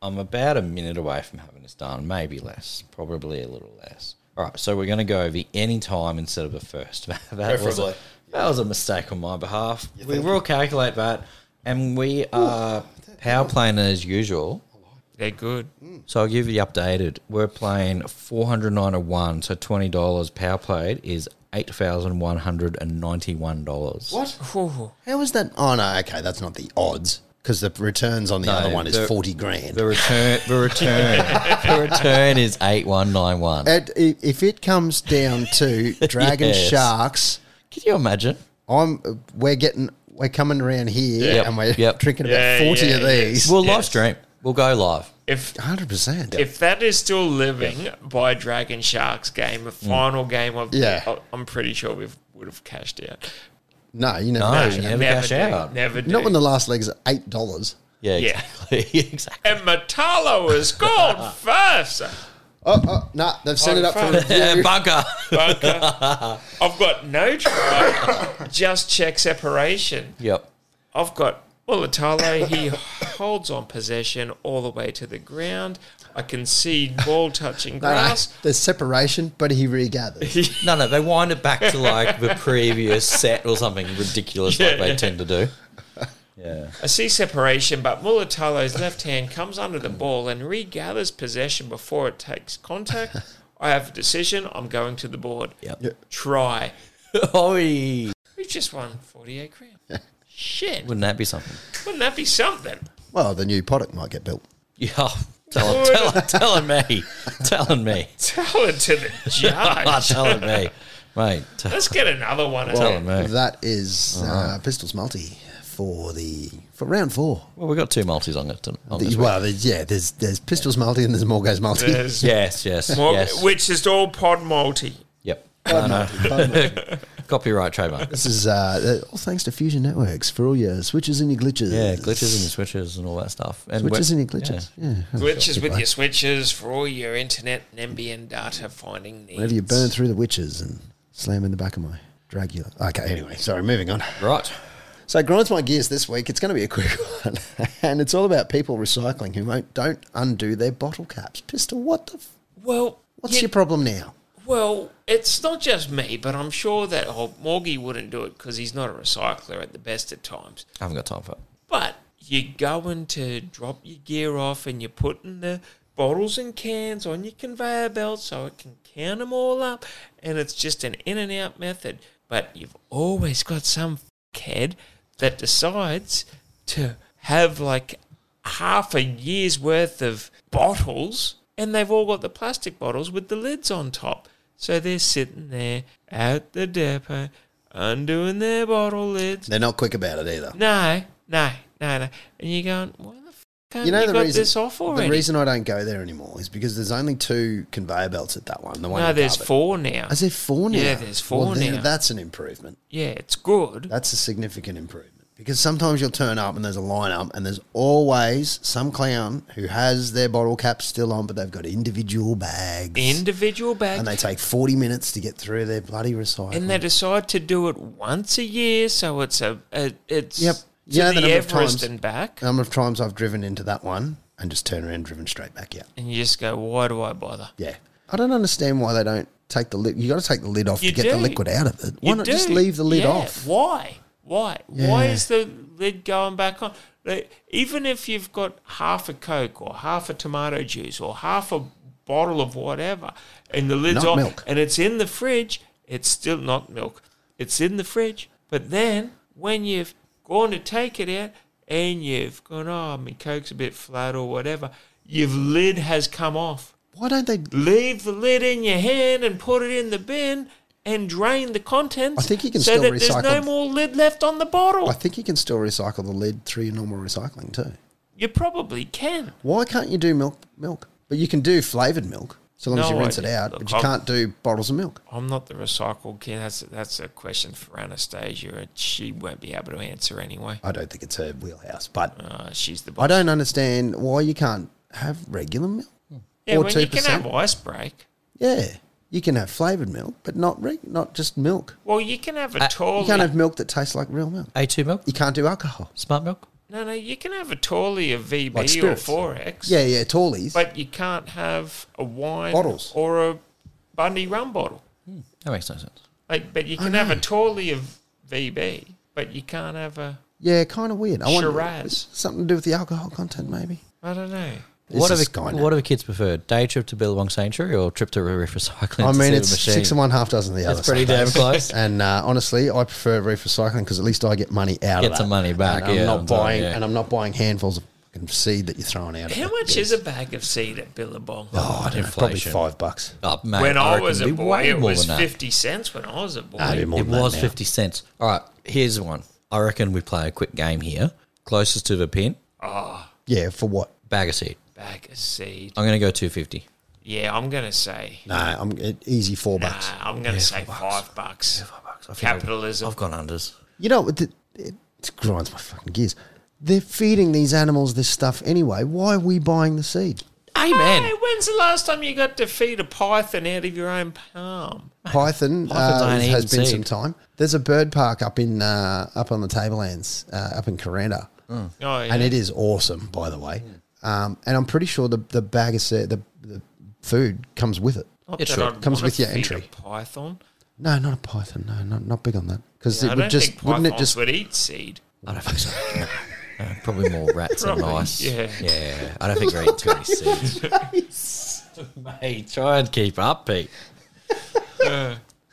S2: I'm about a minute away from having this done, maybe less, probably a little less. All right, so we're going to go the any time instead of the first. <laughs> that was
S1: Preferably.
S2: a, that was a mistake on my behalf. We will calculate that, and we are power playing as usual.
S3: They're good.
S2: So I'll give you the updated. We're playing 409 to 1, so $20 power played is $8,191.
S1: What?
S3: Whew.
S1: How is that? Oh no, okay, that's not the odds because the returns on the
S2: No,
S1: other one is
S2: the-
S1: forty grand.
S2: The return, the return, the return is 8191.
S1: And i- if it comes down
S2: <laughs>
S1: to dragon
S2: Yes.
S1: sharks,
S2: Can you imagine?
S1: I'm we're getting we're coming around here
S2: Yep,
S1: and we're
S2: yep.
S1: drinking
S3: Yeah,
S1: about forty
S3: yeah,
S1: of
S3: yeah.
S1: these.
S2: We'll
S3: Yes.
S2: live stream. We'll go live.
S3: If
S1: hundred percent.
S3: if that is still living by Dragon Sharks game, the
S2: Mm.
S3: final game of
S1: Yeah.
S3: I- I'm pretty sure we would have cashed out.
S1: No, you never.
S2: No,
S1: cash
S2: you
S1: out.
S2: never cash
S3: do,
S2: out.
S3: Never do.
S1: Not when the last leg's are eight dollars.
S2: Yeah,
S3: Yeah.
S2: exactly. <laughs> exactly.
S3: and Metallo has
S2: <laughs>
S3: scored first.
S1: Oh, oh no, they've sent it up for <laughs>
S2: Yeah,
S1: review.
S2: bunker.
S3: <laughs> Bunker.
S2: <laughs>
S3: I've got no try, just check separation.
S2: yep.
S3: I've got Mulatalo. He holds on possession all the way to the ground. I concede
S2: <laughs>
S3: ball touching
S1: No, no,
S3: grass.
S1: there's separation, but he
S3: <laughs>
S1: regathers.
S2: No, no, they wind it back to like the previous set or something ridiculous like they tend to do. Yeah.
S3: I see separation, but Mulatalo's left hand comes under the ball and regathers possession before it takes
S1: <laughs>
S3: contact. I have a decision. I'm going to the board.
S2: Yep.
S3: Try.
S2: <laughs> Oi.
S3: We've just won 48
S1: <laughs>
S3: grand. Shit.
S2: Wouldn't that be something? <laughs>
S3: Wouldn't that be something?
S1: well, the new product might get built.
S2: Yeah. Tell him, tell, telling me. Telling me.
S3: Tell it to the
S1: <laughs>
S2: Ah,
S3: judge.
S2: telling me. Mate, t-
S3: Let's get another one.
S2: telling me.
S1: That is uh, Pistols Multi for the for round four.
S2: Well, we got two multis on it. didn't- on
S1: The-
S2: this week.
S1: well, there's, yeah, there's there's Pistols Multi and there's Morgos Multi.
S3: There's
S2: Yes, yes,
S3: more,
S2: yes.
S3: Which is all pod multi.
S2: Yep.
S1: <laughs> Pardon me, pardon me.
S2: Copyright trademark.
S1: This is uh, all thanks to Fusion Networks for all your switches and your glitches.
S2: Yeah, glitches and switches and all that stuff. And
S1: Switches
S2: we-
S1: and your glitches.
S2: yeah.
S1: Yeah.
S3: Glitches with your switches for all your internet and NBN data finding needs.
S1: Whenever you burn through the witches and slam in the back of my Dragula. Okay, anyway, sorry, moving on.
S2: Right.
S1: So grinds my gears this week. It's going to be a quick <laughs> one, and it's all about people recycling who won't, don't undo their bottle caps. Pistol, what the? F-
S3: Well,
S1: what's
S3: you-
S1: your problem now?
S3: Well, it's not just me, but I'm sure that oh, Morgie wouldn't do it because he's not a recycler at the best of times.
S2: I haven't got time for it.
S3: But you're going to drop your gear off and you're putting the bottles and cans on your conveyor belt so it can count them all up. And it's just an in and out method. But you've always got some head that decides to have like half a year's worth of bottles and they've all got the plastic bottles with the lids on top. So they're sitting there at the depot undoing their bottle lids.
S1: They're not quick about it either.
S3: No, no, no, no. And you're going, why the f can't
S1: You
S3: you,
S1: know the
S3: got
S1: reason.
S3: this off already?
S1: The reason I don't go there anymore is because there's only two conveyor belts at that one. The one
S3: no,
S1: in
S3: there's
S1: Garbutt.
S3: four now.
S1: Is there four now?
S3: Yeah, there's four
S1: Well, then
S3: now.
S1: That's an improvement.
S3: yeah, it's good.
S1: That's a significant improvement because sometimes you'll turn up and there's a lineup and there's always some clown who has their bottle cap still on, but they've got individual bags.
S3: Individual bags.
S1: and
S3: And
S1: they
S3: they,
S1: take 40 minutes to get through their bloody recycling.
S3: decide to do it once a year, so it's a, a it's
S1: Yep.
S3: to
S1: You know the
S3: the,
S1: number of
S3: Everest
S1: times- Uh,
S3: and back.
S1: the number of times I've driven into that one and just turned around and driven straight back out.
S3: And you just go, why do I bother?
S1: Yeah. I don't understand why they don't take the lid. you got to take the lid off
S3: You
S1: to get the
S3: do.
S1: liquid out of it. Why
S3: You
S1: not just
S3: do.
S1: leave the lid
S3: Yeah,
S1: off?
S3: Why? Why? Why
S1: Yeah.
S3: is the lid going back on? Like, even if you've got half a Coke or half a tomato juice or half a bottle of whatever, and the lid's
S1: Not
S3: off,
S1: milk.
S3: and it's in the fridge, it's still not milk. It's in the fridge, but then when you've gone to take it out and you've gone, oh, my Coke's a bit flat or whatever, your lid has come off
S1: Why don't they?
S3: leave the lid in your hand and put it in the bin and drain the contents.
S1: I think you can
S3: so
S1: still
S3: that there's no
S1: recycle-
S3: more lid left on the bottle.
S1: I think you can still recycle the lid through your normal recycling too.
S3: you probably can.
S1: Why can't you do milk? Milk, but you can do flavored milk so long as
S3: No
S1: you rinse it
S3: idea.
S1: out.
S3: Look,
S1: But you
S3: I'm-
S1: can't do bottles of milk.
S3: I'm not the recycle kid. That's that's a question for Anastasia, and she won't be able to answer anyway.
S1: I don't think it's her wheelhouse, but
S3: Uh, she's the
S1: I
S3: boss.
S1: don't understand why you can't have regular milk.
S3: Yeah,
S1: or
S3: when you can
S1: 2%.
S3: have ice break.
S1: Yeah, you can have flavored milk, but not reg- not just milk.
S3: Well, you can have a
S1: Uh, You
S3: tall.
S1: can't have milk that tastes like real milk.
S2: A2 milk?
S1: You can't do alcohol.
S2: Smart milk?
S3: no, no, you can have a tally of VB
S1: Like
S3: or
S1: spirits.
S3: 4X.
S1: Yeah, yeah, tallies.
S3: But you can't have a wine
S1: Bottles.
S3: or a Bundy rum bottle.
S2: That makes no sense.
S3: Like, but you can have a Tawley of VB, but you can't have a.
S1: yeah, kind of weird. I want
S3: Shiraz.
S1: something to do with the alcohol content, maybe.
S3: I don't know.
S1: This
S2: what, are
S1: is
S2: the,
S1: Skynet.
S2: what do the kids prefer? Day trip to Billabong Sanctuary or trip to Reef Recycling?
S1: I
S2: to see
S1: mean,
S2: the
S1: it's
S2: machine?
S1: six and one, half dozen the other.
S2: That's pretty damn
S1: sometimes.
S2: close.
S1: <laughs> And uh, honestly, I prefer reef recycling because at least I get money out of
S2: Get
S1: it.
S2: some money back,
S1: And I'm
S2: yeah,
S1: not
S2: I'm sorry,
S1: buying,
S2: yeah.
S1: and I'm not buying handfuls of fucking seed that you're throwing out. at
S3: How
S1: me.
S3: much is a bag of seed at Billabong?
S1: Oh, I don't know, probably
S2: Inflation.
S1: five bucks.
S2: Oh, mate,
S3: when I,
S2: reckon
S3: was a
S2: it'd be
S3: boy,
S2: way
S3: it
S2: more
S3: was
S2: than that.
S3: 50 cents when I was a boy.
S1: Nah, it'd be more
S2: It
S1: than that
S2: was
S1: now.
S2: 50 cents. All right, here's one. I reckon we play a quick game here. Closest to the pin,
S1: Yeah, for what?
S2: bag of seed.
S3: bag of seed.
S2: I'm going to go 250.
S3: Yeah, I'm going to say.
S1: No, I'm it, easy four
S3: Nah,
S1: bucks.
S3: I'm going to say five bucks. Capitalism.
S2: I've gone unders.
S1: You know, it, it grinds my fucking gears. They're feeding these animals this stuff anyway. Why are we buying the seed?
S3: Hey,
S2: Amen.
S3: when's the last time you got to feed a python out of your own palm?
S1: Python
S2: Pythons
S1: uh,
S2: aren't
S1: has
S2: eating
S1: been
S2: seed.
S1: some time. There's a bird park up in uh, up on the Tablelands, uh, up in Coranda.
S2: Hmm.
S3: Oh, yeah.
S1: and it is awesome, by the way. Um, and I'm pretty sure the the bag of se- the, the food comes with it.
S3: Not
S2: it
S3: that
S2: should.
S3: I'd
S1: Comes
S3: wanna
S1: with your
S3: feed
S1: entry.
S3: A python.
S1: No, not a python. No, not not big on that because
S3: I
S1: it
S3: don't
S1: would just
S3: think
S1: wouldn't
S3: pythons
S1: it just
S3: would eat seed.
S2: I don't think so. <laughs> No. No, probably more rats and
S3: Probably,
S2: mice.
S3: yeah.
S2: yeah. I don't think we're eating <laughs> too many seeds. Mate, try and keep up, Pete.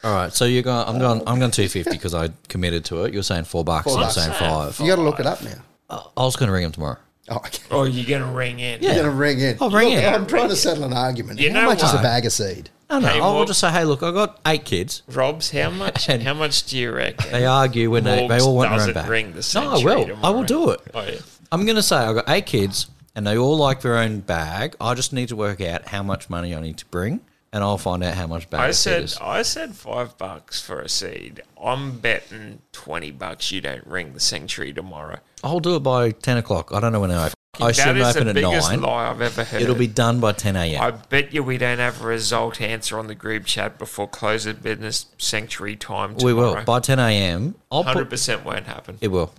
S2: All right, so you're going. I'm going. I'm going 250 because I committed to it. You're saying four bucks. I'm
S1: bucks.
S2: saying five.
S1: you got to look it up now.
S2: I I was going to ring him tomorrow.
S1: Oh, okay. <laughs>
S3: Or you're going to ring in.
S1: You're gonna ring in.
S2: I'll ring
S1: Look,
S2: in.
S1: I'm trying to settle an argument.
S3: You
S1: How
S3: know
S1: much is a
S2: what?
S1: bag of seed?
S2: No, no.
S3: Hey,
S2: I'll
S3: well-
S2: just say, hey, look, I got eight kids.
S3: Robs,
S2: <laughs>
S3: how much?
S2: And-
S3: how much do you reckon?
S2: They argue when they, they
S3: Forbes
S2: all want their own
S3: doesn't
S2: back.
S3: ring the
S2: no, I
S3: century
S2: will. I
S3: tomorrow.
S2: will do it.
S3: Oh, yeah.
S2: I'm going to say I've got eight kids and they all like their own bag. I just need to work out how much money I need to bring and I'll find out how much back
S3: I said I said five bucks for a seed. I'm betting twenty bucks you don't ring the sanctuary tomorrow.
S2: I'll do it by ten o'clock. I don't know when I open. I
S3: that
S2: should
S3: is
S2: open
S3: the
S2: at
S3: biggest
S2: nine.
S3: lie I've ever heard.
S2: It'll be done by ten a.m.
S3: I bet you we don't have a result answer on the group chat before close of business sanctuary time
S2: we
S3: tomorrow.
S2: will by ten a.m. I'll
S3: Hundred
S2: put,
S3: percent won't happen.
S2: it will.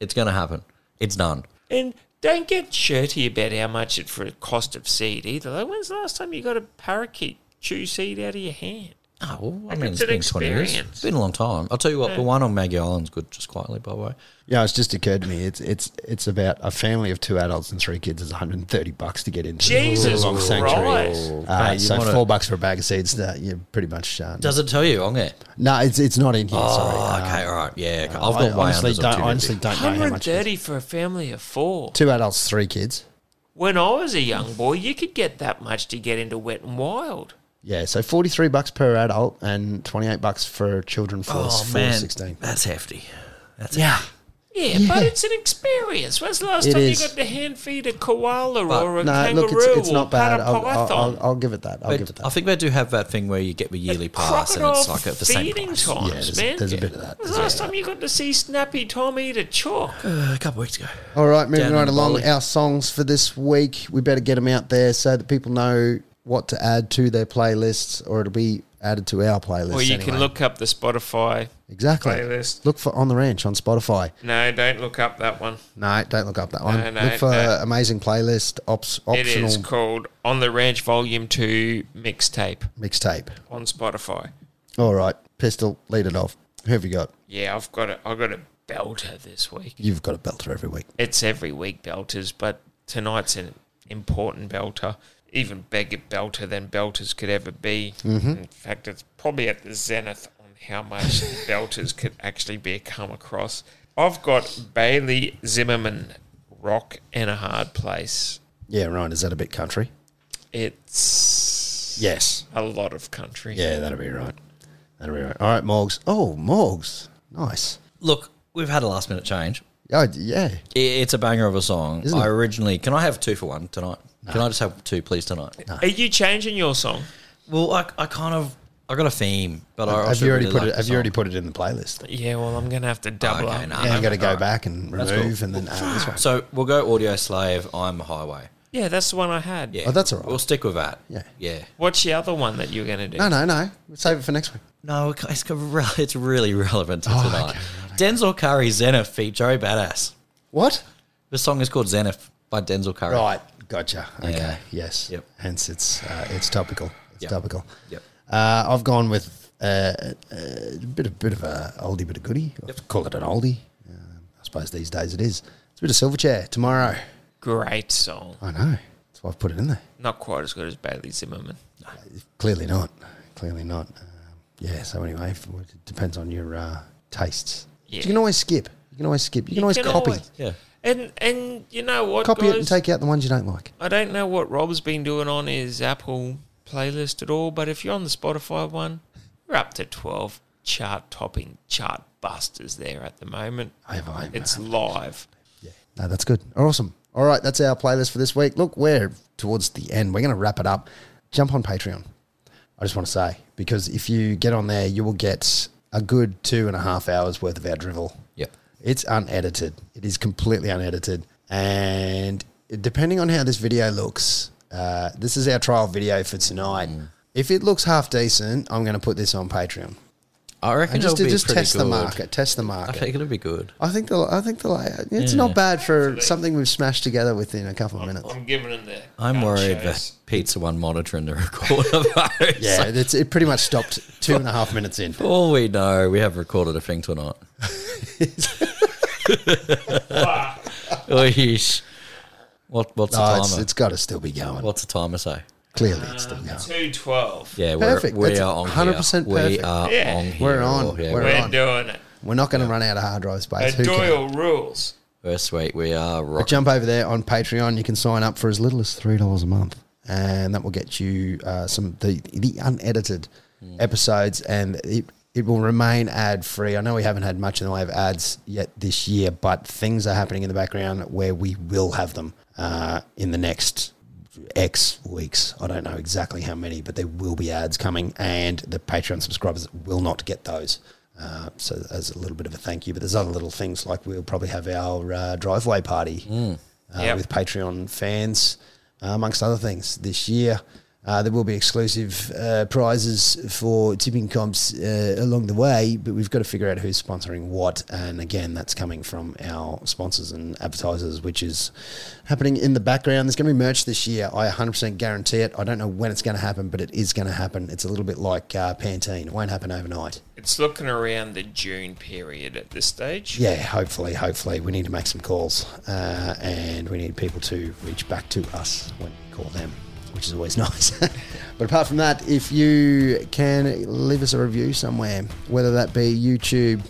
S2: It's going to happen. It's done.
S3: And don't get shirty about how much it for the cost of seed either. Like, when's the last time you got a parakeet chew seed out of your hand?
S2: Oh, well, I mean,
S3: it's
S2: it's
S3: an
S2: been 20 years.
S3: experience.
S2: It's been a long time. I'll tell you what, the one on Maggie Island's good, just quietly, by the way.
S1: Yeah, it's just occurred to me. It's it's it's about a family of two adults and three kids is 130 bucks to get into
S3: Jesus
S1: the Wollongong sanctuary.
S3: Christ!
S1: Uh,
S2: Mate, you
S1: so
S2: wanna-
S1: four bucks for a bag of seeds. Uh, you're pretty much. Uh,
S2: Does it tell you on there?
S1: no, it's it's not in here. sorry.
S2: Oh,
S1: Uh,
S2: okay, all right. Yeah, okay. I've
S1: I
S2: got way
S1: honestly
S2: unders of
S1: don't
S2: 250.
S1: honestly don't know how much. it is.
S3: 130 for a family of four.
S1: Two adults, three kids.
S3: When I was a young boy, you could get that much to get into Wet and Wild.
S1: Yeah, so 43 bucks per adult and 28 bucks for children for,
S2: Oh,
S1: for
S2: man.
S1: 16.
S2: That's hefty. That's
S1: Yeah.
S3: Yeah, but it's an experience. When's the last
S1: It
S3: time
S1: is.
S3: you got to hand feed a koala
S2: But-
S3: or a
S1: No,
S3: kangaroo
S1: look, it's, it's
S3: or
S1: not bad.
S3: a
S1: I'll, I'll,
S3: python?
S1: I'll, I'll give it that. I'll
S2: But
S1: give it
S2: I
S1: that.
S2: think they do have that thing where you get the yearly pass and
S3: Crocodile
S2: it's like at the same
S3: feeding
S2: price.
S1: Yeah,
S3: times,
S1: there's,
S3: man.
S1: there's a bit of that.
S3: When's the last time you got to see Snappy Tom eat a chalk?
S2: Uh, a couple weeks ago.
S1: All right, moving
S2: Down
S1: right
S2: in
S1: along.
S2: Bali.
S1: Our songs for this week, we better get them out there so that people know what to add to their playlists or it'll be added to our playlist.
S3: Or you
S1: anyway.
S3: can look up the Spotify.
S1: Exactly.
S3: playlist.
S1: Look for On the Ranch on Spotify.
S3: No, don't look up that one.
S1: No, don't look up that one.
S3: No, no,
S1: look for
S3: no.
S1: Amazing Playlist, ops,
S3: It is
S1: optional
S3: called On the Ranch Volume 2 Mixtape
S1: mixtape.
S3: on Spotify.
S1: All right, Pistol, lead it off. Who have you got?
S3: Yeah, I've got a, I've got a belter this week.
S1: You've got a belter every week.
S3: It's every week belters, but tonight's an important belter. Even bigger belter than belters could ever be.
S2: Mm-hmm.
S3: In fact, it's probably at the zenith on how much <laughs> belters could actually be come across. I've got Bailey Zimmerman, Rock and a Hard Place.
S1: Yeah, Ryan, is that a bit country?
S3: It's
S1: Yes.
S3: a lot of country.
S1: Yeah, that'll be right. That'll be right. All right, Morgs. Oh, Morgs. Nice.
S2: Look, we've had a last minute change.
S1: Oh, yeah.
S2: I- It's a banger of a song.
S1: Isn't
S2: I
S1: it?
S2: originally. Can I have two for one tonight? Can I just have two, please, tonight?
S3: Are you changing your song?
S2: Well, I, I kind of. I got a theme, but I
S1: have
S2: also
S1: you already
S2: really
S1: put
S2: like
S1: it?
S2: the
S1: Have you
S2: song.
S1: already put it in the playlist?
S3: Yeah, well, I'm going to have to double
S2: Okay,
S3: up.
S2: nah,
S1: Yeah,
S2: no,
S1: I've got to
S2: no,
S1: go
S2: alright.
S1: back and remove
S2: cool.
S1: and then add this one.
S2: So we'll go Audio Slave. I'm Highway.
S3: Yeah, that's the one I had.
S2: Yeah.
S1: Oh, that's all right.
S2: We'll stick with that.
S1: Yeah.
S2: Yeah.
S3: What's the other one that you're going to do?
S1: No, no, no. Save it for next week.
S2: No, it- it's got re- <laughs> it's really relevant to
S1: Oh,
S2: tonight. Denzel Curry Zenith feat Joey Badass.
S1: What?
S2: The song is called Zenith by Denzel Curry.
S1: Right. Gotcha. Okay.
S2: Yeah.
S1: Yes.
S2: Yep.
S1: Hence, it's uh, it's topical. It's
S2: Yep.
S1: topical.
S2: Yep.
S1: Uh, I've gone with uh, a bit of bit of a oldie, bit of goodie. I'd Call it an oldie. Um, I suppose these days it is. It's a bit of Silverchair tomorrow.
S3: Great song.
S1: I know. That's why I've put it in there.
S3: Not quite as good as Bailey Zimmerman.
S1: Clearly not. Clearly not. Um, yeah. So anyway, if- it depends on your uh, tastes.
S3: Yeah.
S1: You can always skip. You can always skip. You can always
S3: can
S1: copy.
S3: always-
S2: Yeah.
S3: And and you know what,
S1: Copy
S3: guys?
S1: it and take out the ones you don't like.
S3: I don't know what Rob's been doing on his Apple playlist at all, but if you're on the Spotify one, we're up to 12 chart-topping chart busters there at the moment.
S1: I have. uh, I
S3: It's live.
S1: No, that's good. Awesome. All right, that's our playlist for this week. Look, we're towards the end. We're going to wrap it up. Jump on Patreon. I just want to say because if you get on there, you will get a good two and a half hours worth of our drivel.
S2: Yep.
S1: It's unedited. It is completely unedited. And depending on how this video looks, uh, this is our trial video for tonight.
S2: Mm.
S1: If it looks half decent, I'm going to put this on Patreon.
S2: I reckon
S1: And just
S2: it'll
S1: to
S2: be
S1: just
S2: pretty
S1: test
S2: good.
S1: the market, test the
S2: I
S1: market.
S2: think it'll be good.
S1: I think the I think the layout. It's not bad for something we've smashed together within a couple of minutes.
S3: I'm giving him the
S2: I'm
S3: gut
S2: worried that
S3: shots.
S2: Pizza One monitoring the <laughs> record of ours.
S1: Yeah, it's, it pretty much stopped two and a half minutes in.
S2: For all we know, we have recorded a
S1: <laughs>
S2: thing tonight. Oish. What, what's the
S1: Oh,
S2: timer?
S1: it's, it's got to still be going.
S2: what's the timer say?
S1: Clearly, it's still going.
S3: 212.
S2: Yeah, we're,
S1: Perfect.
S2: we
S1: That's
S2: are on
S1: 100%
S2: here. We
S1: perfect.
S2: are
S3: Yeah.
S2: on here.
S1: We're on.
S2: Yeah,
S1: We're
S2: we're,
S1: on.
S3: We're doing it.
S1: We're not going to run out of hard drives space. Who cares?
S3: Doyle rules.
S2: we're sweet. We are
S1: But
S2: rocking.
S1: jump over there on Patreon. You can sign up for as little as three dollars a month, and that will get you uh, some the the unedited episodes, and it it will remain ad free. I know we haven't had much in the way of ads yet this year, but things are happening in the background where we will have them uh, in the next X weeks. I don't know exactly how many, but there will be ads coming, and the Patreon subscribers will not get those. Uh, so, as a little bit of a thank you, but there's other little things like we'll probably have our uh, driveway party uh,
S3: Yep.
S1: with Patreon fans, uh, amongst other things, this year. Uh, there will be exclusive uh, prizes for tipping comps uh, along the way, but we've got to figure out who's sponsoring what. And again, that's coming from our sponsors and advertisers, which is happening in the background. There's going to be merch this year. I 100% guarantee it. I don't know when it's going to happen, but it is going to happen. It's a little bit like uh, Pantene, it won't happen overnight.
S3: It's looking around the June period at this stage.
S1: Yeah, hopefully, hopefully. We need to make some calls uh, and we need people to reach back to us when we call them, which is always <laughs> nice. but apart from that, if you can leave us a review somewhere, whether that be YouTube,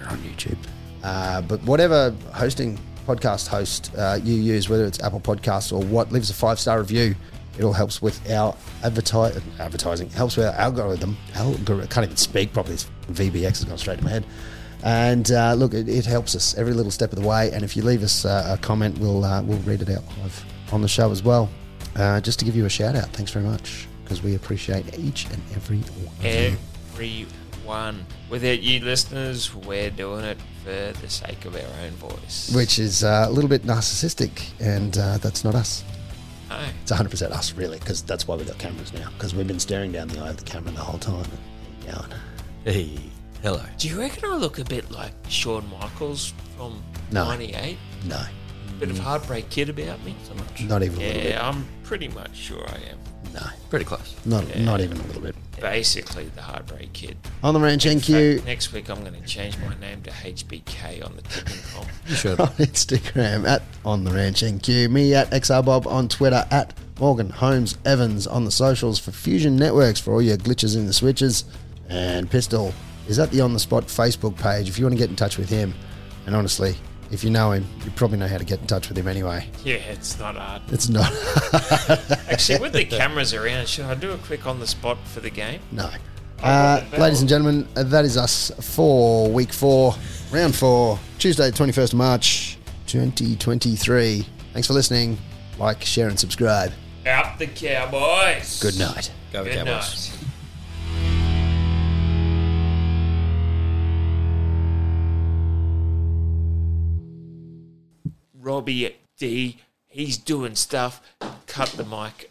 S1: we're on YouTube, uh, but whatever hosting podcast host uh, you use, whether it's Apple Podcasts or what, leaves a five star review. It all helps with our adverti- advertising, helps with our algorithm. Algorithm, can't even speak properly. This VBX has gone straight to my head. And uh, look, it, it helps us every little step of the way. And if you leave us uh, a comment, we'll uh, we'll read it out live on the show as well. Uh, just to give you a shout out, thanks very much because we appreciate each and every one. of
S3: Eh.
S1: you.
S3: Everyone. Without you listeners, we're doing it for the sake of our own voice.
S1: Which is uh, a little bit narcissistic, and uh, that's not us.
S3: No.
S1: It's 100% us, really, because that's why we got cameras now. Because we've been staring down the eye of the camera the whole time. Yeah.
S2: Hey, hello.
S3: Do you reckon I look a bit like Shawn Michaels from
S1: No.
S3: 98?
S1: No,
S3: Bit of Heartbreak Kid about me?
S2: So much.
S1: not even a little bit.
S3: Yeah, I'm pretty much sure I am.
S1: No,
S2: Pretty close.
S1: not, not even a little bit.
S3: Basically, the Heartbreak Kid.
S1: On the ranch,
S3: In
S1: NQ.
S3: fact, next week, I'm going to change my name to HBK on the tipping
S1: <laughs>
S3: comp.
S2: You should.
S1: on <laughs> Instagram at on the ranch NQ, me at XRBob on Twitter at Morgan Holmes Evans on the socials for Fusion Networks for all your glitches in the switches. And Pistol is at the On the Spot Facebook page if you want to get in touch with him. And honestly, if you know him, you probably know how to get in touch with him anyway.
S3: Yeah, it's not hard.
S1: It's not. <laughs>
S3: Actually, with the cameras around, should I do a quick on the spot for the game?
S1: no. Uh, ladies and gentlemen, uh, that is us for week four, round four, Tuesday, 21st of March, 2023. Thanks for listening. Like, share, and subscribe.
S3: Out the Cowboys.
S1: Good night.
S2: Go with
S3: Good
S2: Cowboys.
S3: night. Robbie D, he's doing stuff. Cut the mic.